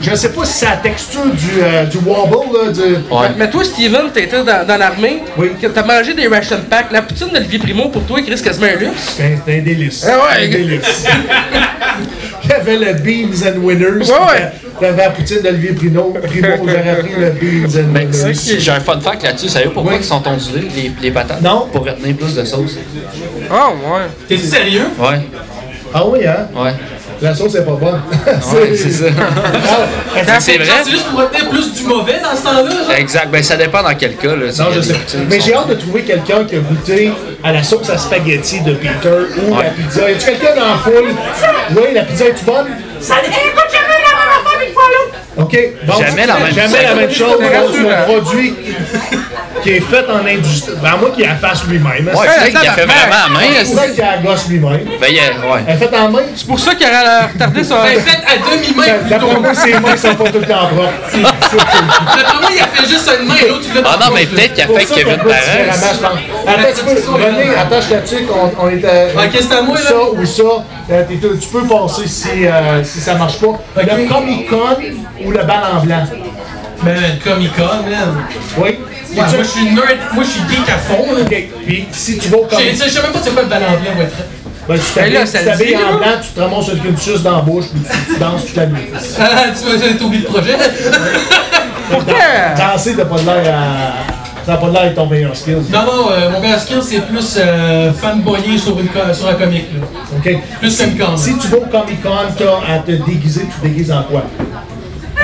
S2: Je- Je sais pas si c'est la texture du, euh, du wobble, là, du...
S3: Ouais.
S9: Mais toi, Steven, t'étais dans, dans l'armée.
S2: Oui.
S9: que T'as mangé des ration packs. La poutine d'Olivier Primo, pour toi, Chris, quasiment un luxe.
S2: C'est un- c'est un délice.
S9: Ah ouais,
S2: C'est un
S9: gars.
S2: délice. (laughs) Il y avait le Beans and Winners.
S9: Ouais, ouais.
S2: Il y avait la poutine d'Olivier Primo. Primo, j'aurais pris le Beans and
S3: Ben,
S2: Winners.
S3: si- J'ai un fun fact là-dessus, savez-vous pourquoi
S2: Oui.
S3: ils sont ondulés, les, les patates?
S2: Non.
S3: Pour retenir plus de sauce.
S8: Ah,
S9: Oh, ouais.
S8: T'es sérieux?
S3: Ouais,
S2: Ah oui, hein?
S3: ouais.
S2: La sauce est pas bonne.
S3: Ouais,
S2: (laughs)
S3: c'est ça.
S2: ça.
S3: c'est vrai?
S8: C'est juste pour retenir plus du mauvais dans ce temps-là, genre?
S3: Exact, ben ça dépend dans quel cas. Là,
S2: Non, je
S3: Il y a
S2: sais
S3: des
S2: pas.
S3: poutines
S2: Mais
S3: qui
S2: j'ai
S3: sont-
S2: hâte de trouver quelqu'un qui a goûté à la sauce à spaghetti de Peter ou à la
S3: Ouais.
S2: pizza. Y a-tu quelqu'un dans la foule? Oui, la pizza est-tu bonne?
S10: Ça, eh, écoute, j'ai vu la même affaire une fois l'autre.
S2: OK? Donc,
S3: Jamais la même
S2: jamais
S3: chose.
S2: la même chose.
S9: C'est
S2: Donc,
S9: rassurant.
S2: Mon produit qui est fait en industrie. Ben, à moins qu'il la fasse lui-même.
S3: Ouais,
S9: Ouais,
S3: c'est qu'il a fait
S9: tabarnak.
S3: vraiment à main.
S2: C'est vrai qu'il la gosse lui-même.
S3: Ben, yeah, ouais.
S2: Elle est faite en main.
S9: C'est pour ça qu'il a retardé son.
S7: Ben, faites à demi-main plutôt.
S2: D'après moi, ses mains sont pas tout le temps
S3: (laughs)
S2: propres.
S7: D'après moi, il a fait juste une main et l'autre, il l'a
S3: Ah
S7: dans
S3: non, mais
S7: l'autre,
S3: peut-être qu'il a
S2: C'est pour
S3: fait
S2: ça qu'on
S3: Kevin
S2: peut
S3: Parent.
S2: différemment, je pense. Attends, tu peux, René, attends, je t'attire qu'on on était.
S8: Ok, c'est à moi, là.
S2: Ça ou ça, euh, t'es- tu peux passer si, euh, si ça marche pas. Le Comic Con ou le bal en blanc.
S8: Man, Comic Con, man.
S2: Oui.
S8: Ouais, moi, je suis nerd, moi, je suis geek à fond, là.
S2: Ok, Puis si tu vas au
S8: Je
S2: Comic
S8: je sais même pas c'est quoi le ballon blanc, ouais. (laughs)
S2: Ben, tu
S9: là,
S2: t'habilles-
S9: ça
S2: tu
S9: le
S2: t'habilles
S9: dit,
S2: en
S9: là.
S2: blanc, tu te ramasses une queue de suce dans la bouche, puis tu tu danses toute la nuit.
S8: Ah, tu m'as t'as oublié le projet, (laughs) là. Ah.
S2: Dan- Danser, t'as pas de l'air à. T'as pas de l'air avec ton meilleur skill.
S8: Non, non, euh, mon meilleur skill, c'est plus euh, fanboyer sur, une co- sur un comic, là.
S2: Ok.
S8: Plus Comic Con.
S2: Si tu vas au Comic Con, t'as à te déguiser, tu te déguises en quoi?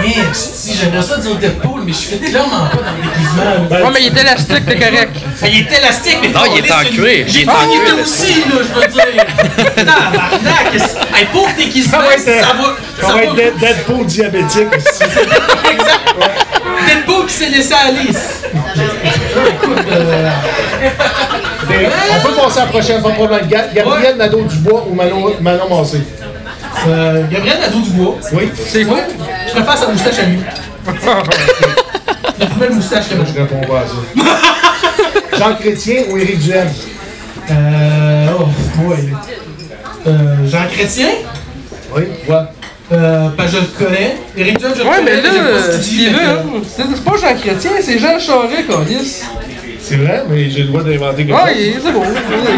S8: Hey, si j'aimerais ça dire Deadpool, mais je fais clairement pas dans le déguisement. là.
S9: Ouais, mais il était élastique, t'es correct.
S8: Ça, il est élastique, mais
S3: Non, il est en
S8: c'est-
S3: cuir.
S8: J'ai
S3: Il est en
S8: tenu
S3: cuir.
S8: aussi, là, je veux
S3: (laughs)
S8: dire. Tabarnak! qu'est-ce- Hey, pour déguisement,
S2: va être-
S3: euh,
S8: ça va.
S2: Ah Ça va être
S8: Deadpool.
S2: Dead- Deadpool diabétique. aussi.
S8: Deadpool qui s'est laissé aller. C'est
S2: Mais On peut passer à la prochaine, pas de problème. Ga- Gabriel Nadeau-Dubois ou Manon, Manon Massé?
S8: euh, Gabriel Nadeau-Dubois.
S2: Oui.
S8: C'est moi? Je préfère sa moustache à lui. La plus belle moustache que moi.
S2: Je réponds pas à ça. Jean Chrétien ou Éric Duhem?
S8: Euh. Oh, boy. Euh, Jean Chrétien?
S2: Oui.
S8: Euh, pas je le connais. Éric Duhem, je le
S9: Ouais,
S8: connais.
S9: mais là,
S8: j'aime pas ce qu'il dit,
S9: c'est
S8: fait que-
S9: là, c'est c'est pas Jean Chrétien, c'est Jean Charest, Colis.
S2: C'est vrai, mais j'ai le droit d'inventer quelque
S9: Ouais, il- c'est bon.
S3: Hey,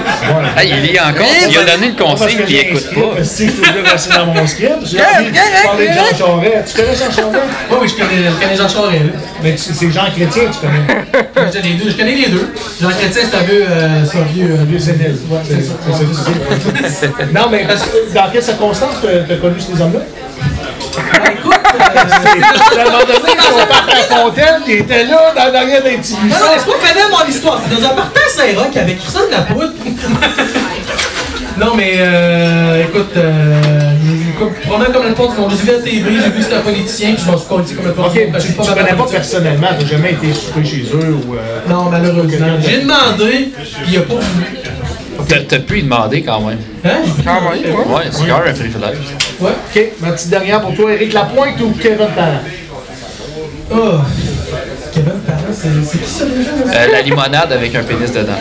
S3: Ah, il lit encore. Il a donné le conseil, puis il écoute pas.
S2: Si je suis obligé de rester dans mon script, j'ai
S9: Gars,
S2: envie
S9: gars,
S2: de parler de
S9: gars,
S2: Jean Charest. Tu connais Jean Charest?
S8: Ouais, oui, je connais, je connais Jean Charest, là.
S2: Mais tu- c'est Jean Chrétien, tu (laughs) connais.
S8: Ouais, j'ai les deux, je connais les deux. Jean Chrétien, c'est un vieux. euh, c'est un vieux. euh, vieux
S2: C'est
S8: sénile. Ouais, c'est ça.
S2: c'est ça que (laughs) tu dis. Non, mais parce que dans quelles circonstances t'as t'as connu ces hommes-là? Ben,
S8: Écoute,
S2: (laughs)
S8: euh,
S2: À un moment donné, ils sont partis à Fontaine, ils étaient là, dans l'arrière d'un petit
S8: Non,
S2: buisson.
S8: non, mais c'est pas fidèle mon histoire. C'est dans un partage Saint-Roch avec Christophe Lapoudre. non, mais euh, écoute, euh, je- comme- probablement comme le pote, quand je vu à la TV, j'ai vu que c'était un politicien, puis je m'en suis convaincu comme le pote.
S2: Ok, tu, tu connais Ben, pas personnellement, t'as jamais été souper chez eux ou. euh,
S8: Non, malheureusement. J'ai demandé, puis il a pas voulu.
S3: T'as t'as pu lui demander quand même.
S8: Hein? j'ai voulu-
S9: Ah, ouais, ouais.
S3: Ouais, c'est quand même un privilège.
S8: Ouais.
S2: Ok, ma petite dernière pour toi, Eric Lapointe ou Kevin Parent?
S8: Oh. Kevin Parent, c'est c'est qui ça déjà?
S3: Euh, la limonade avec un pénis dedans.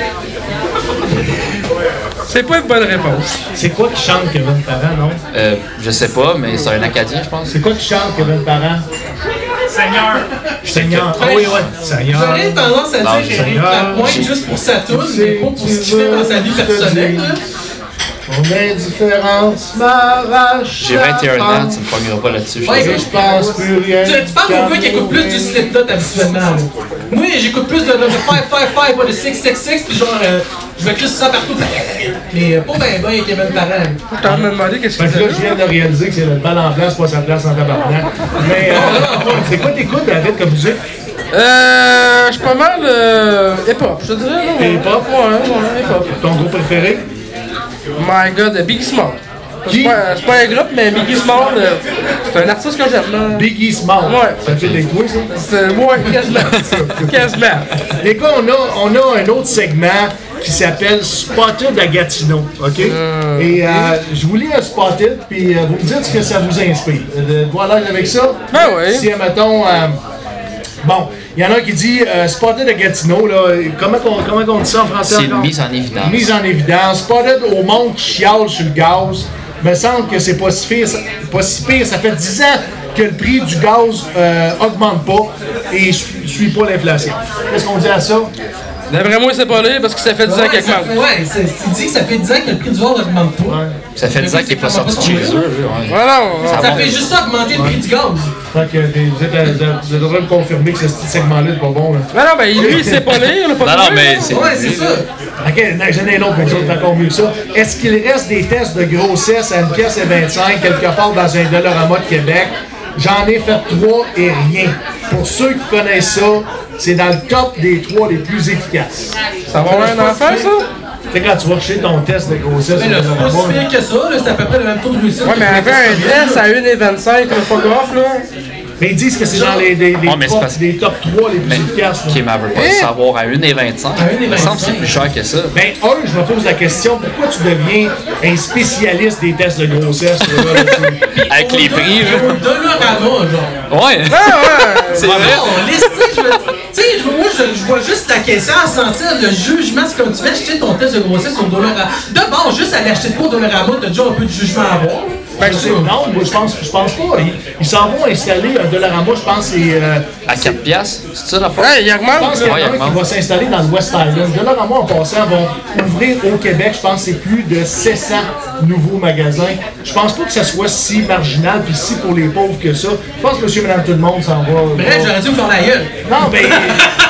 S9: C'est pas une bonne réponse.
S2: C'est quoi qui chante Kevin Parent, non?
S3: Euh, je sais pas, mais c'est un Acadien, je pense.
S2: C'est quoi qui chante Kevin Parent? Seigneur! Seigneur! Ah oui, ouais! Seigneur!
S8: J'aurais tendance à
S3: Non,
S8: dire
S3: Seigneur,
S8: Eric
S2: Ah,
S8: Lapointe juste pour sa toune, mais pas pour ce qu'il fait dans sa vie personnelle. là.
S2: Mon indifférence m'arrache.
S3: J'ai 21 ans, tu me pogneras pas là-dessus. je te
S8: Ouais,
S3: jure.
S2: Je pense plus rien.
S8: Tu, tu parles au gars qui écoute plus du Slipknot habituellement. là. Moi, j'écoute plus de, de 555, pas de 666, puis genre, euh, je me crisse ça partout. Mais euh, pas ben ben Kevin Parent.
S9: T'as me demandé qu'est-ce
S2: Fait
S9: que
S2: que là, je
S9: c'était.
S2: viens de réaliser que c'est le bal en blanc, c'est pas sa place en tabarnak. Mais euh, c'est quoi t'écoutes, David, comme musique?
S9: Euh. Je suis pas mal. Euh. Hip-hop, je te dirais. là, ouais.
S2: Hip-hop?
S9: Ouais, ouais, hip-hop.
S2: Ton groupe préféré?
S9: My god, Biggie Small.
S2: Qui?
S9: C'est pas, c'est pas un groupe, mais Biggie Small, euh, c'est un artiste que j'aime. là.
S2: Biggie Small.
S9: Ouais.
S2: Ça fait des couilles, ça?
S9: C'est moi, quasiment. quasiment.
S2: Les gars, on a, on a un autre segment qui s'appelle Spotted à Gatineau, OK? Et euh, je vous lis un Spotted, puis euh, vous me dites ce que ça vous inspire. Euh, de- Voilà, avec ça.
S9: Ben oui.
S2: Si, admettons... euh, bon, il y en a un qui dit euh, Spotted à Gatineau, là, comment, on, comment on dit ça en français?
S3: C'est une
S2: encore?
S3: mise en évidence.
S2: Mise en évidence. Spotted au monde qui chiale sur le gaz. me semble que c'est pas si pire, ça, pas si pire. Ça fait 10 ans que le prix du gaz euh, augmente pas et je suis pas l'inflation. Qu'est-ce qu'on dit à ça?
S9: D'après moi, c'est pas lui parce que ça fait 10 ans
S8: Ouais,
S9: qu'il
S8: ça
S9: manque.
S8: fait- ouais, c'est- tu dis que ça fait 10 ans que le prix du verre augmente pas.
S3: Ça fait 10 ans qu'il est pas sorti de chez eux. là, ouais.
S9: Voilà, on-
S3: Ça
S8: Ça
S3: monte.
S8: fait juste ça augmenter le prix du gaz.
S2: Fait que des- vous êtes, à- vous êtes- vous êtes en train de confirmer que ce petit segment-là est pas bon. Là.
S9: Ben Non, non, mais lui, c'est pas lui, on l'a pas
S3: Non, non,
S9: trouvé,
S3: mais
S9: là.
S3: c'est.
S8: Ouais, c'est ça.
S2: Ok, non, j'en ai un autre, mais ça, c'est encore mieux que ça. Est-ce qu'il reste des tests de grossesse à une pièce et 25 quelque part dans un Dollarama de Québec? J'en ai fait trois et rien. Pour ceux qui connaissent ça, c'est dans le top des trois les plus efficaces.
S9: Ça va avoir un enfant, ça?
S2: Tu sais, quand tu vas chercher ton test de grossesse,
S8: Mais
S2: au
S8: Ben, là, c'est pas
S2: Dollarama,
S8: si pire que ça, là, c'est à peu près le même taux de réussite.
S9: Ouais,
S8: que
S9: mais
S8: le
S9: elle
S8: prix
S9: fait un
S8: du
S9: test à 1,25, là, fuck off, là.
S2: Mais ils disent que c'est dans les, les, les
S3: Ouais, Ah, mais c'est
S2: top,
S3: parce-
S2: les top 3 les plus
S3: Mais
S2: efficaces. là.
S3: qui m'avait pas le savoir à 1,25. Il me semble que c'est plus cher que ça.
S2: Ben, un, je me pose la question, pourquoi tu deviens un spécialiste des tests de grossesse? toi, là, tu-
S3: Avec les prix, là.
S8: Dolorama, genre.
S3: Ouais. C'est vrai.
S8: Non, liste, tu sais, je veux dire- tu sais, je- moi, je, je vois juste ta question à sentir le jugement. C'est comme tu vas acheter ton test de grossesse au Dolorama. De bord, juste à l'acheter de quoi au Dolorama, t'as déjà un peu de jugement à avoir.
S2: Ben, je sais- non, moi, je pense, je pense pas. Ils- Ils s'en vont installer un Dollarama, je pense, c'est... euh,
S3: À 4 piastres, c'est ça la fois?
S9: Ouais, il
S2: je pense
S9: augmente.
S2: qu'il y en a
S9: là.
S3: Ouais,
S2: un
S3: il
S2: qui va
S3: augmente.
S2: s'installer dans le West Island. Dollarama, en passant, vont ouvrir au Québec, je pense, c'est plus de 700 nouveaux magasins. Je pense pas que ça soit si marginal puis si pour les pauvres que ça. Je pense que monsieur, madame, tout le monde s'en va.
S8: Bref, j'aurais dû me faire la gueule.
S2: Non,
S3: euh,
S2: ben.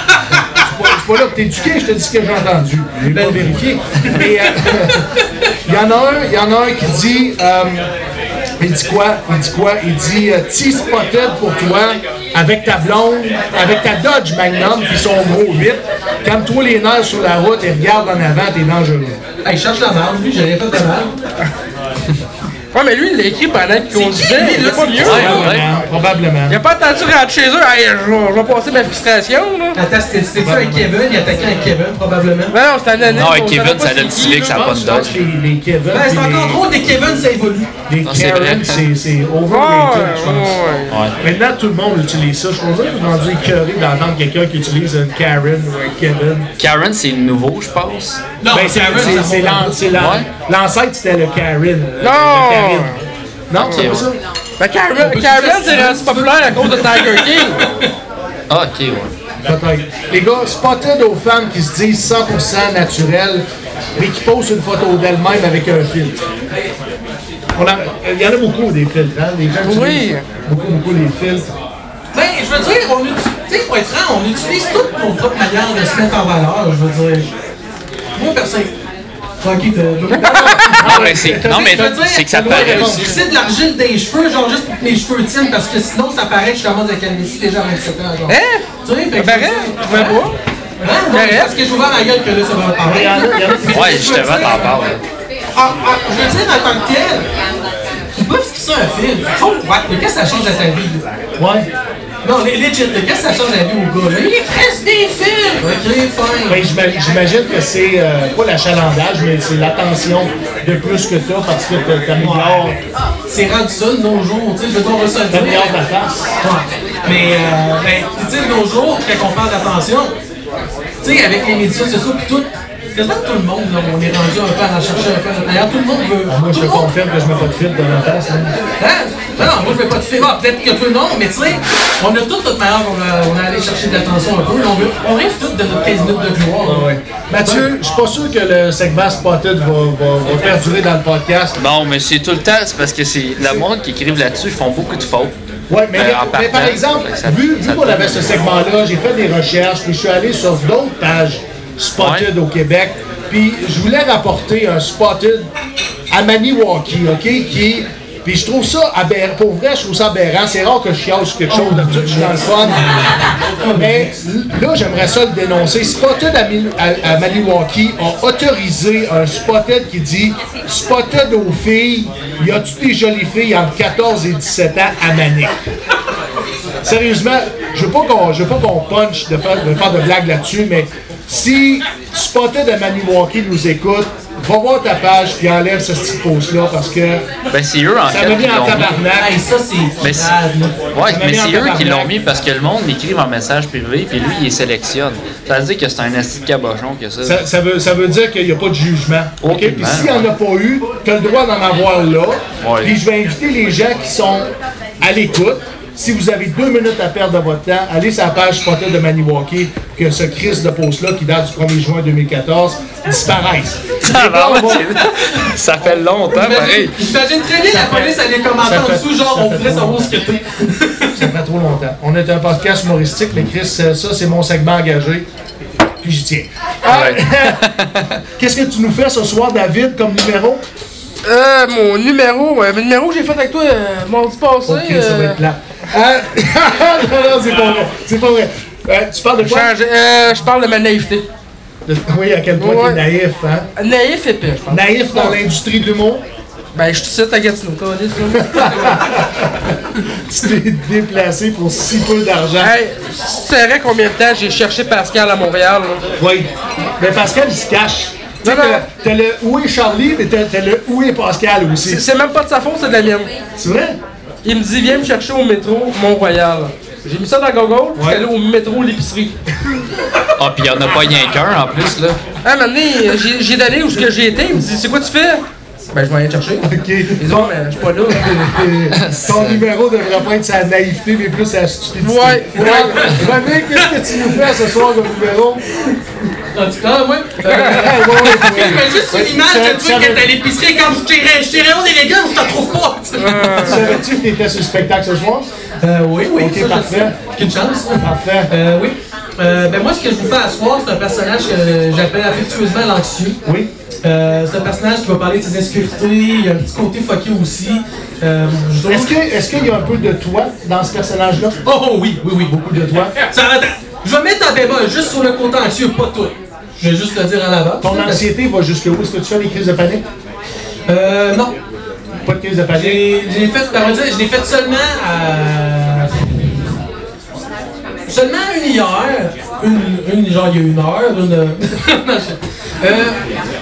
S2: C'est pas là que t'es éduqué, je te dis ce que j'ai entendu. J'ai pas vérifié. Mais il (laughs) y en a un, il y en a un qui dit. euh, il dit quoi? Il dit quoi? Il dit euh, Tea spotted pour toi avec ta blonde, avec ta Dodge Magnum, qui sont gros 8. Calme-toi les nerfs sur la route et regarde en avant, t'es dangereux.
S8: Hey, cherche la merde, lui, j'ai rien fait de mal.
S9: Ouais, mais lui, il l'a écrit pendant qu'il conduisait. Il est pas mieux.
S3: Ouais, ouais.
S2: Probablement. probablement.
S9: Il a pas attendu rentrer chez eux. Hey, je vais- je vais passer ma frustration, là. Ben
S8: Attends, c'était c'était ça avec Kevin, il attaquait un Kevin, probablement.
S9: Non, non, c'est un anonyme.
S3: Non, avec
S9: on
S3: Kevin,
S9: savait pas
S3: ça
S9: c'est
S3: donne
S9: qui,
S3: Civic,
S9: là.
S3: ça a pas de
S2: Je pense
S3: dodge.
S2: que les, les Kevin.
S8: Ben, c'est
S2: puis
S8: encore trop des Kevin, ça évolue.
S2: les, les
S3: Non, Ah, c'est
S2: Karen,
S3: vrai.
S2: c'est c'est
S9: Ouais,
S2: overrated, je pense.
S9: ouais, ouais.
S2: Maintenant, tout le monde utilise ça. Je pense que je suis rendu écœuré d'entendre quelqu'un qui utilise un Karen ou un Kevin.
S3: Karen, c'est nouveau, je pense.
S8: Non,
S2: Ben, c'est c'est- c'est l'an- c'est l'an-
S3: Ouais.
S2: l'ancêtre, c'était le Karen. euh,
S9: Non!
S2: le Karen. Non, c'est pas ça.
S9: Ben, Carmen, Carmen, c'est rendu populaire à cause de Tiger King.
S3: Ah, ok, ouais.
S2: Peut-être. Les gars, spotted aux femmes qui se disent 100% naturelles, mais qui posent une photo d'elles-mêmes avec un filtre. On a- euh, Il y en a beaucoup des filtres, hein? Les gens
S9: Oui.
S2: utilisent beaucoup, beaucoup les filtres.
S8: Ben, je veux dire, on utilise, tu sais, pour être franc, on utilise toutes nos propres manières de se mettre en valeur, je veux dire. Moi, personne. Tranquille,
S3: Non, mais Ah, ben, c'est, non, mais
S8: Je veux dire,
S3: c'est que ça
S8: le droit de
S3: paraît aussi.
S8: rembourser de l'argile des cheveux, genre juste pour que mes cheveux tiennent, parce que sinon ça paraît que je commence avec un ici déjà à 27 ans. Genre.
S9: Hein?
S8: Tu sais,
S3: Ah,
S8: fait que.
S9: Ça
S3: ben,
S9: paraît? Je vois pas.
S8: Hein? Non, mais parce que j'ai ouvert ma gueule que là ça va me
S2: Il y
S8: parler.
S2: en a- il y en a qui-
S3: Ouais, justement, t'en parles.
S8: Ah, ah, je veux dire, en tant que tel, ils peuvent fixer un film. Ils sont ouais, mais qu'est-ce que ça change à ta vie?
S2: Ouais.
S8: Non, les legit, mais qu'est-ce que ça change à la vie au gars? là? Il reste des films! Ok, fine.
S2: Ben, j'ima- J'imagine que c'est euh, pas l'achalandage, mais c'est l'attention de plus que t'as parce que t'as- t'améliores
S8: C'est rendu ça de nos jours, tu sais, je veux qu'on reçoit
S2: t'améliores ta face.
S8: Mais, euh, ben, tu sais, de nos jours, quand on parle d'attention, tu sais, avec les médias sociaux pis tout, c'est pas tout le monde, là, on est rendu un peu à en chercher un peu. D'ailleurs, tout le monde veut.
S2: Ah, Moi, je
S8: tout
S2: te
S8: le monde-
S2: confirme que je mets pas de filtre dans ma face. hein.
S8: Hein? Ben non, moi, je vais pas te faire. Ah, peut-être que tout le monde, mais tu sais, on a toute notre manière, on a, on a allé chercher de l'attention un peu, là, on, veut, on rêve toutes de notre 15 minutes de gloire.
S2: Ah
S8: là.
S2: Mathieu, je suis pas sûr que le segment Spotted va, va- va perdurer dans le podcast.
S3: Non, mais c'est tout le temps, c'est parce que c'est la monde qui écrivent là-dessus, ils font beaucoup de fautes.
S2: Ouais, mais,
S3: Euh, en
S2: mais par
S3: partant,
S2: exemple,
S3: ça-
S2: vu, vu
S3: ça-
S2: qu'on avait ce segment-là, j'ai fait des recherches, puis je suis allé sur d'autres pages Spotted au Québec, puis je voulais rapporter un Spotted à Maniwaki, OK, qui... Puis je trouve ça aberrant, pour vrai, je trouve ça aberrant. C'est rare que je chiale sur quelque chose, d'habitude, je suis dans le fun. Mais là, j'aimerais ça le dénoncer. Spotted à, Mil- à- à Maniwaki a autorisé un Spotted qui dit « Spotted aux filles, y a-tu des jolies filles entre 14 et 17 ans à Manic? » Sérieusement, je veux pas qu'on, je veux pas qu'on punch de faire de, faire de blagues là-dessus, mais si Spotted à Maniwaki nous écoute, va voir ta page puis enlève ce petit post-là parce que
S3: Ben, c'est eux, en
S2: ça
S3: fait,
S2: m'a mis
S3: qui
S2: en
S3: l'ont mis.
S2: tabarnak.
S8: Hey, ça, c'est.
S3: Mais c'est-
S8: grave, là.
S3: Ouais,
S2: Ça m'a
S3: mais
S2: mis en
S3: c'est eux qui
S2: tabarnak.
S3: l'ont mis parce que le monde m'écrive en message privé, puis lui, il les sélectionne. Ça veut dire que c'est un asti de cabochon que
S2: (laughs)
S3: ça.
S2: Ça, ça veut, ça veut dire qu'il n'y a pas de jugement. OK?
S3: Aucunement,
S2: Puis s'il n'y en a pas eu, tu as le droit d'en avoir là.
S3: Ouais.
S2: Puis je vais inviter les gens qui sont à l'écoute. Si vous avez deux minutes à perdre de votre temps, allez sur la page Spotted de Maniwaki que ce Chris de post-là qui date du 1er juin 2014 disparaisse.
S3: Ça,
S2: Les gars,
S3: (laughs) va,
S2: on va-
S3: c'est- ça fait longtemps, pareil.
S8: J'imagine j'imagine très bien la police allait commenter
S2: ça
S8: en
S2: fait-
S8: dessous, genre
S2: ça
S8: on
S2: fait
S8: pourrait
S2: trop
S8: savoir
S2: longtemps.
S8: ce que t'es.
S2: Ça fait trop longtemps. On est un podcast humoristique, mais Chris, euh, ça, c'est mon segment engagé. Puis j'y tiens. Ah,
S3: Ouais.
S2: Qu'est-ce que tu nous fais ce soir, David, comme numéro?
S9: Euh, mon numéro, euh, le numéro que j'ai fait avec toi euh, mardi passé.
S2: Ok, ça va
S9: euh,
S2: être plat. (laughs)
S9: (laughs)
S2: Ah, non, non, c'est pas vrai. C'est pas vrai. Euh, tu parles de quoi?
S9: changer- euh, je parle de ma naïveté.
S2: De- Oui, à quel point
S9: Ouais.
S2: t'es naïf, hein?
S9: Naïf et pire, je pense.
S2: Naïf dans l'industrie de l'humour? (laughs)
S9: Ben, je suis tout de suite à Gatineau. câlisse, là.
S2: Tu t'es déplacé pour si peu d'argent.
S9: Hey, tu saurais combien de temps j'ai cherché Pascal à Montréal, là?
S2: Oui. Mais Pascal, il se cache. Tu sais,
S9: Non, non.
S2: t'as- t'as le où est Charlie, mais t'as t'as le où est Pascal
S9: C'est-
S2: aussi.
S9: C'est même pas de sa faute, c'est de la mienne.
S2: C'est vrai?
S9: Il me dit, viens me chercher au métro Mont-Royal. J'ai mis ça dans Google, puis
S2: Ouais.
S9: j'étais allé au métro l'épicerie.
S3: Ah, puis il n'y en a pas rien qu'un en plus, là.
S9: Ah, un moment donné, euh, j'ai j'ai donné où ce que j'ai été, il me dit, c'est quoi tu fais? Ben, je vais aller te chercher.
S2: OK.
S9: Ils ont, mais je suis pas là.
S2: Ton numéro devrait pas être sa naïveté, mais plus sa stupidité.
S9: Ouais, ouais.
S2: René, qu'est-ce que tu nous fais ce soir comme numéro?
S8: En tout cas, moi,
S2: Hey, ouais, ouais,
S7: Je
S2: ouais.
S7: mets juste une image
S2: Ça-
S7: de
S2: ça
S7: toi qui
S2: veut-
S7: est à l'épicerie quand je tirais je tirais haut des légumes, je te trouve pas. tu sais.
S2: Savais-tu que t'étais sur le spectacle ce soir?
S8: Euh, oui, oui,
S2: Ok,
S8: ça, je
S2: parfait.
S8: sais. Aucune chance.
S2: Parfait.
S8: Euh, oui. Euh, ben moi, ce que je vous fais à soir, c'est un personnage que j'appelle affectueusement l'anxieux.
S2: Oui.
S8: Euh, c'est un personnage qui va parler de ses insécurités, il y a un petit côté fucké aussi. Euh, je trouve-
S2: Est-ce que- est-ce qu'il y a un peu de toi dans ce personnage-là?
S8: Oh, oh, oui, oui, oui, beaucoup de
S2: Toi?
S8: Ça, attends, je vais mettre un bémol juste sur le côté anxieux, pas toi. Je vais juste le dire en avant.
S2: Ton anxiété va jusque où? Est-ce que tu fais des crises de panique?
S8: Euh, non.
S2: Pas de crise de panique?
S8: J'ai j'ai fait, ben, on va dire, je l'ai fait seulement à. Seulement une hier, une, une genre il y a une heure, une. (laughs) Non, je- Euh,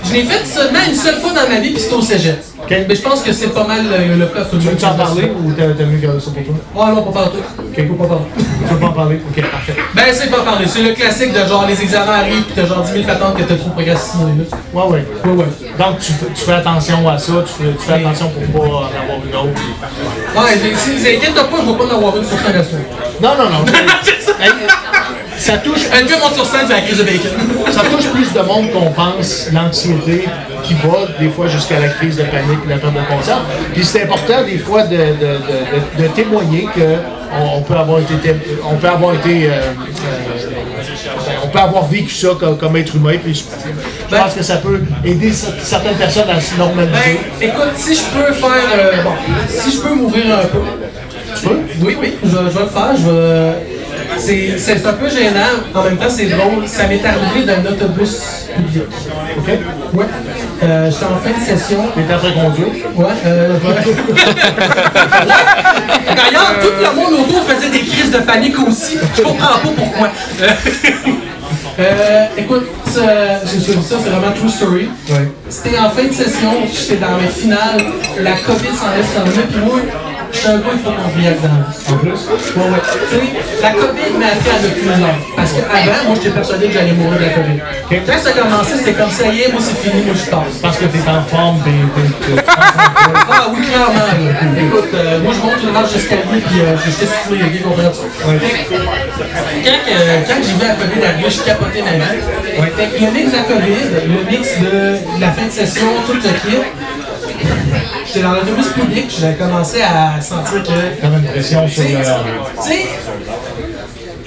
S8: je l'ai fait seulement une seule fois dans ma vie, puis c'était au cégep. Mais je pense que c'est pas mal euh, le cas tout le
S2: Tu
S8: monde.
S2: veux en parler ou t'as t'as mieux garder ça pour toi?
S8: Oh non, pas partout.
S2: Ok.
S8: Pas partout.
S2: Tu veux pas en parler? Ok, parfait.
S8: Ben c'est pas parler, c'est le classique de genre les examens arrivent, pis t'as genre 10 000 patentes que t'as trop procrastiné. là.
S2: Ouais, ouais.
S8: Ouais, ouais.
S2: Donc, tu, fais- tu fais attention à ça, tu fais, tu fais attention pour pas en avoir une autre.
S8: Ouais, j'ai- si vous inquiétez pas, je vais pas en avoir une sur 5 à soir.
S2: Non, non, non. Hey, ça, touche,
S8: Un gars monte sur scène, c'est la crise de bacon.
S2: ça touche plus de monde qu'on pense, l'anxiété qui va des fois jusqu'à la crise de panique et la perte de conscience. Puis c'est important des fois de, de, de- de- de témoigner que on, on peut avoir été, té- on peut avoir été, euh, euh, on peut avoir vécu ça comme, comme être humain. Puis je, je pense que ça peut aider cer- certaines personnes à se normaliser.
S8: Ben, écoute, si je peux faire. euh, bon, si je peux m'ouvrir un peu.
S2: Tu peux?
S8: Oui, oui, je, je vais le faire. Je vais. C'est, c'est un peu gênant, en même temps c'est drôle. Ça m'est arrivé dans un autobus public.
S2: Ok.
S8: Ouais. Euh, j'étais en fin de session.
S2: T'es en train de conduire.
S8: Ouais, euh, ouais. D'ailleurs, tout le monde autour faisait des crises de panique aussi. Je comprends pas pourquoi. Euh, euh, écoute, ça- je suis ça, c'est vraiment true story. C'était en fin de session, j'étais dans mes finales, la COVID s'en est sur puis moi, j'étais un peu hypochondriaque dans la vie. En plus? Ouais, ouais. Tu sais, la COVID m'a fait à plus long. Parce qu'avant, moi, j'étais persuadé que j'allais mourir de la COVID. Quand ça a commencé, c'était comme ça y est, moi, c'est fini, moi, je passe.
S2: Parce que t'es en forme, t'es- t'es- t'es-
S8: Ah oui, clairement. là. Écoute, euh, moi je monte une marche d'escalier puis euh, je suis sur les gars, comprends-tu? Fait que, Quand, euh, quand j'ai vu la COVID arriver, je capotais ma vie. Fait que le mix de la COVID, le mix de la fin de session, tout le kit, j'étais dans l'autobus public, j'avais commencé à sentir que
S2: t'as une pression
S8: tu
S2: sur
S8: sais,
S2: le...
S8: tu sais,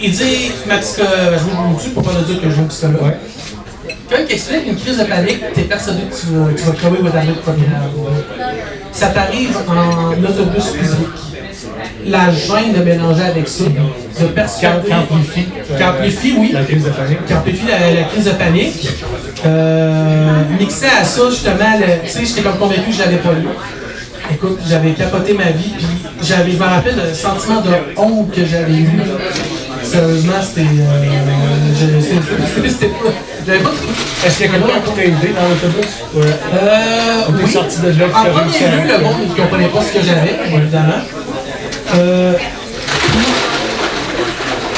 S8: il dit, ma psychologue, je vous le dis pour pas le dire que je joue au psychologue. Quand il explique une crise de panique, t'es persuadé que tu vas, tu vas crever ou t'arriver de première. Ça t'arrive en autobus physique. La gêne de mélanger avec ça, de persuader.
S2: Qu'amplifie.
S8: Qu'amplifie, oui
S2: La crise de panique.
S8: qui amplifie la, la crise de panique. Euh, mixé à ça, justement, le- tu sais, j'étais comme convaincu que j'avais pas lu. Écoute, j'avais capoté ma vie, puis j'avais, je me rappelle le sentiment de honte que j'avais eu. là. Sérieusement, c'était. Euh, je- c'était- c'était pas. J'avais pas.
S2: Est-ce qu'il y a quelqu'un qui t'a aidé dans l'autobus?
S8: Euh,
S2: On est
S8: oui.
S2: sorti de là,
S8: En
S2: puis t'as
S8: premier
S2: réussi à-
S8: lieu, le monde qui comprenait pas ce que j'avais, évidemment. Euh,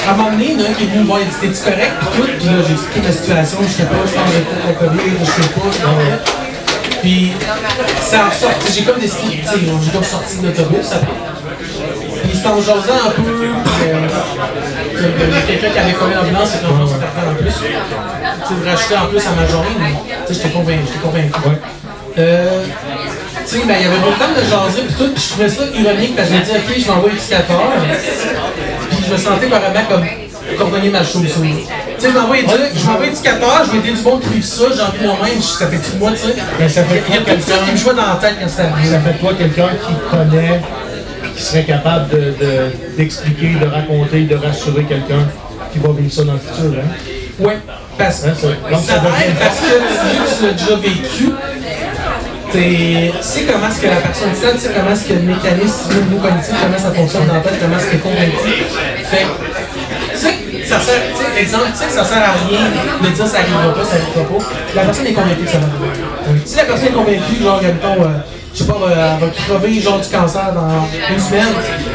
S8: à un moment donné, il y en a un qui est venu me voir, il dit T'es-tu correct Puis tout, puis là, j'ai expliqué ma situation, je sais pas, je pense que j'ai peut-être la COVID, je sais pas. je sais pas. Puis, ça a ressorti, j'ai comme décidé, tu sais, j'ai comme sorti de l'autobus après. Puis c'est en jasant un peu euh, que- que quelqu'un qui avait commis l'ambulance et qu'on s'est en plus. Tu sais, de rajouter en plus à ma journée, mais, tu sais, j'étais convaincu. J'étais convaincu. Euh, tu sais, ben, il y avait beaucoup de temps de jaser puis tout, puis je trouvais ça ironique parce que je me disais, ok, je m'envoie éducateur, puis je me sentais vraiment comme coordonner ma chose. Tu sais, je m'envoie éducateur, je m'envoie éducateur, je vais aider du monde qui vit ça, j'ai envie de moi-même, ça fait tout moi, tu sais.
S2: Mais Ben, ça fait
S8: Il y a
S2: quoi,
S8: tout ça qui me jouait dans la tête quand c'était arrivé.
S2: Ça fait de toi quelqu'un qui connaît puis qui serait capable de- de- d'expliquer, de, raconter, de rassurer quelqu'un qui va vivre ça dans le futur. Hein?
S8: Oui, parce que
S2: Hein, ça- donc
S8: ça
S2: ça devient-
S8: aide parce que tu, tu l'as déjà vécu. t'es- tu sais comment est-ce que la personne sent, tu sais comment est-ce que le mécanisme du niveau cognitif, comment ça fonctionne dans la tête, comment est-ce que convaincu. Fait que, tu sais, que ça sert, tu sais, exemple, tu sais que ça sert à rien de dire ça arrivera pas, ça arrivera pas. La personne est convaincue que ça va arriver. Si la personne est convaincue, genre, mettons, euh, je sais pas, euh, elle va crever genre du cancer dans une semaine,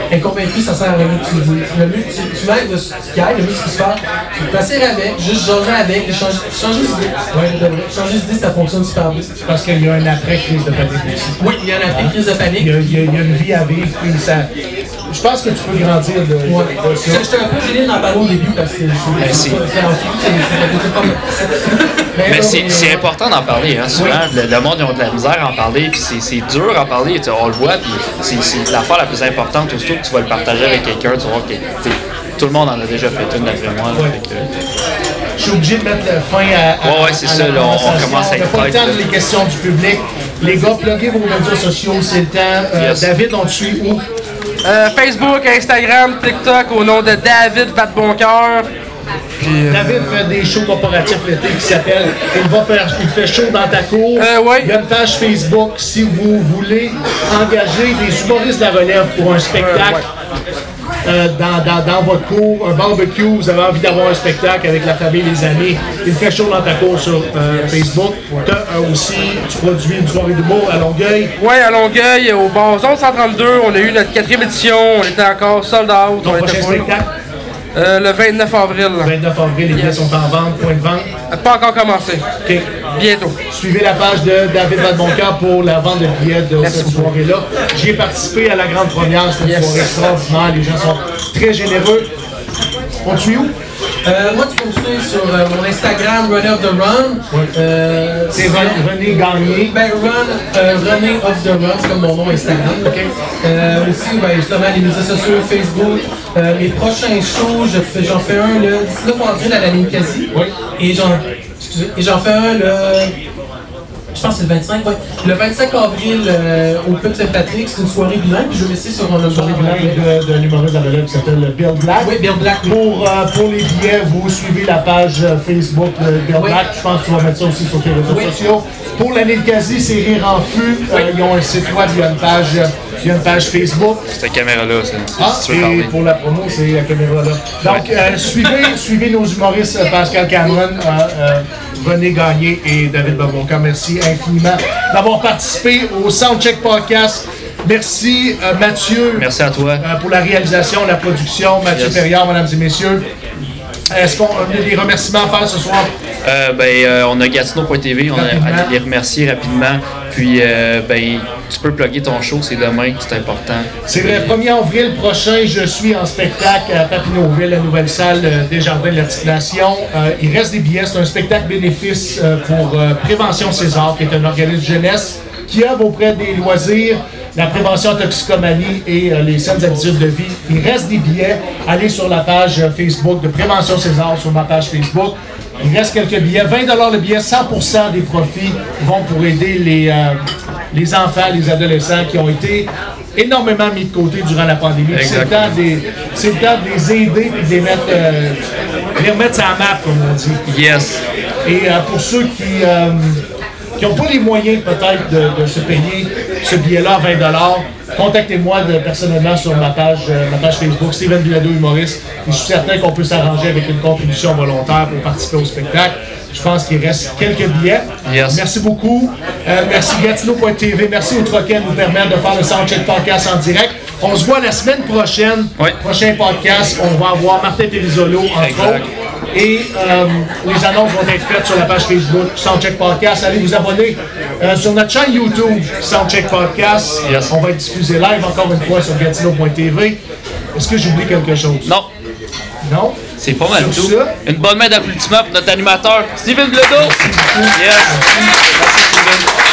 S8: elle est convaincue, ça sert à rien que tu le dises. Le mieux que tu, tu m'aides de ce qui aille, le mieux que tu fasses, c'est de passer avec, juste jaser avec, et changer, changer d'idée. Ouais, je devrais. Changer d'idée, ça fonctionne super bien.
S2: Parce qu'il y a un après-crise de panique aussi.
S8: Oui, il y en a des crises de
S2: Il
S8: panique.
S2: y a, il y a- il y a une vie à vivre, puis ça. Je pense que tu peux grandir de, de- de ça.
S8: J'étais un peu gêné d'en parler au début parce que je
S1: Merci.
S8: je- c'est- c'est-
S1: Mais c'est c'est important d'en parler, hein, souvent. Le, le monde, ils ont de la misère à en parler, puis c'est c'est dur à en parler, tu- on le voit, puis c'est- c'est l'affaire la plus importante, aussitôt que tu vas le partager avec quelqu'un, tu vois que t'sais, tout le monde en a déjà fait une, d'après moi. là, fait que-
S2: Je suis obligé de mettre la fin à. à
S1: Ouais, ouais, c'est
S2: à
S1: ça,
S2: la
S1: là, on- on
S2: conversation.
S1: commence à
S2: On n'a pas le
S1: être
S2: temps
S1: tête,
S2: de
S1: là.
S2: les questions du public. Les gars, pluguez vos médias sociaux, c'est le temps. Euh,
S1: Yes.
S2: David, on te suit où?
S9: Euh, Facebook, Instagram, TikTok au nom de David Vatboncoeur.
S2: David fait des shows corporatifs l'été qui s'appelle Il va faire il fait chaud dans ta cour.
S9: Euh, ouais.
S2: Il y a une page Facebook si vous voulez engager des humoristes de la relève pour un spectacle. euh, dans, dans- dans votre cour, un barbecue, vous avez envie d'avoir un spectacle avec la famille, les amis, il fait chaud dans ta cour sur euh, Facebook. T'as, euh, aussi, tu produis une soirée d'humour à Longueuil.
S9: Ouais, à Longueuil, au bon Zone 132, on a eu notre quatrième édition, on était encore sold out.
S2: Ton
S9: on était
S2: prochain
S9: full.
S2: spectacle,
S9: Euh, le 29 avril.
S2: 29 avril, les billets sont en vente, point de vente.
S9: Pas encore commencé.
S2: OK.
S9: Bientôt.
S2: Suivez la page de David Valboncoeur pour la vente de billets de cette soirée-là. J'y ai participé à la grande première, c'était une
S9: Yes.
S2: soirée extraordinaire. Les gens sont très généreux. On te suit où?
S8: Euh, Moi, tu peux me suivre sur euh, mon Instagram, Runner of the Run. Euh,
S2: C'est Ren- René Gagné.
S8: Ben, Run, euh, René of the Run, c'est comme mon nom Instagram. Euh, aussi, ben, justement, les médias sociaux, Facebook. Euh, mes prochains shows, je fais- j'en fais un le 19 avril à la Ninkasi. Et j'en excusez, et j'en fais un le je pense que c'est le 25, ouais. Le 25 avril, euh, au Pub Saint-Patrick, c'est une soirée bilingue, puis je vais laisser sur euh, un autre
S2: Soirée bilingue de, de l'humoriste de la relève qui s'appelle Bill Black.
S8: Oui, Bill Black, oui.
S2: Pour, euh, pour les billets, vous suivez la page euh, Facebook de Bill
S8: Oui.
S2: Black. Je pense que tu vas mettre ça aussi sur tes réseaux
S8: Oui.
S2: sociaux. Pour l'année de quasi, c'est Rire en Fus. Euh, ils ont un site web, il y a une page, euh, il y a une page Facebook.
S1: Cette caméra-là, ça,
S2: Ah,
S1: si tu veux
S2: et
S1: parler.
S2: pour la promo, c'est la caméra là. Donc, euh, suivez, suivez nos humoristes euh, Pascal Cameron, euh, euh, René Gagné et David Babonca. Merci infiniment d'avoir participé au Soundcheck Podcast. Merci euh, Mathieu
S1: Merci à toi.
S2: euh, pour la réalisation, la production. Mathieu
S1: Yes.
S2: Perriard, mesdames et messieurs. Est-ce qu'on a des remerciements à faire ce soir?
S1: Euh, ben, euh, on a Gatineau.tv, on a
S2: Rapidement.
S1: à les remercier rapidement. Puis, euh, ben, tu peux plugger ton show, c'est demain, c'est important.
S2: C'est vrai, 1er avril prochain, je suis en spectacle à Papineauville, la nouvelle salle euh, des Jardins de la Petite Nation. Euh, il reste des billets, c'est un spectacle bénéfice euh, pour euh, Prévention César, qui est un organisme jeunesse qui œuvre auprès des loisirs, la prévention en toxicomanie et euh, les saines habitudes de vie. Il reste des billets. Allez sur la page euh, Facebook de Prévention César, sur ma page Facebook. Il reste quelques billets. 20 le billet, 100 des profits vont pour aider les, euh, les enfants, les adolescents qui ont été énormément mis de côté durant la pandémie. Puis C'est le, temps de les- c'est le temps de les aider et de les mettre, euh, de les remettre sur la map, comme on dit.
S1: Yes!
S2: Et euh, pour ceux qui euh, qui n'ont pas les moyens peut-être de, de se payer ce billet-là à 20 contactez-moi de- personnellement sur ma page, euh, ma page Facebook, Steven Bilodeau Humoriste. Et je suis certain qu'on peut s'arranger avec une contribution volontaire pour participer au spectacle. Je pense qu'il reste quelques billets.
S1: Yes.
S2: Merci beaucoup. Euh, merci Gatineau.tv. Merci aux Troquets de nous permettre de faire le Soundcheck Podcast en direct. On se voit la semaine prochaine.
S1: Oui.
S2: Prochain podcast, on va avoir Martin Périsolo, entre
S1: Exact.
S2: autres. Et euh, les annonces vont être faites sur la page Facebook Soundcheck Podcast. Allez vous abonner euh, sur notre chaîne YouTube Soundcheck Podcast.
S1: Yes.
S2: On va être diffusé live encore une fois sur gatineau.tv. Est-ce que j'oublie quelque chose?
S1: Non,
S2: Non?
S1: c'est pas mal
S2: Sur
S1: tout.
S2: ça-
S1: Une bonne main d'applaudissements pour notre animateur, Steven Bledo! Yes! Merci, Steven.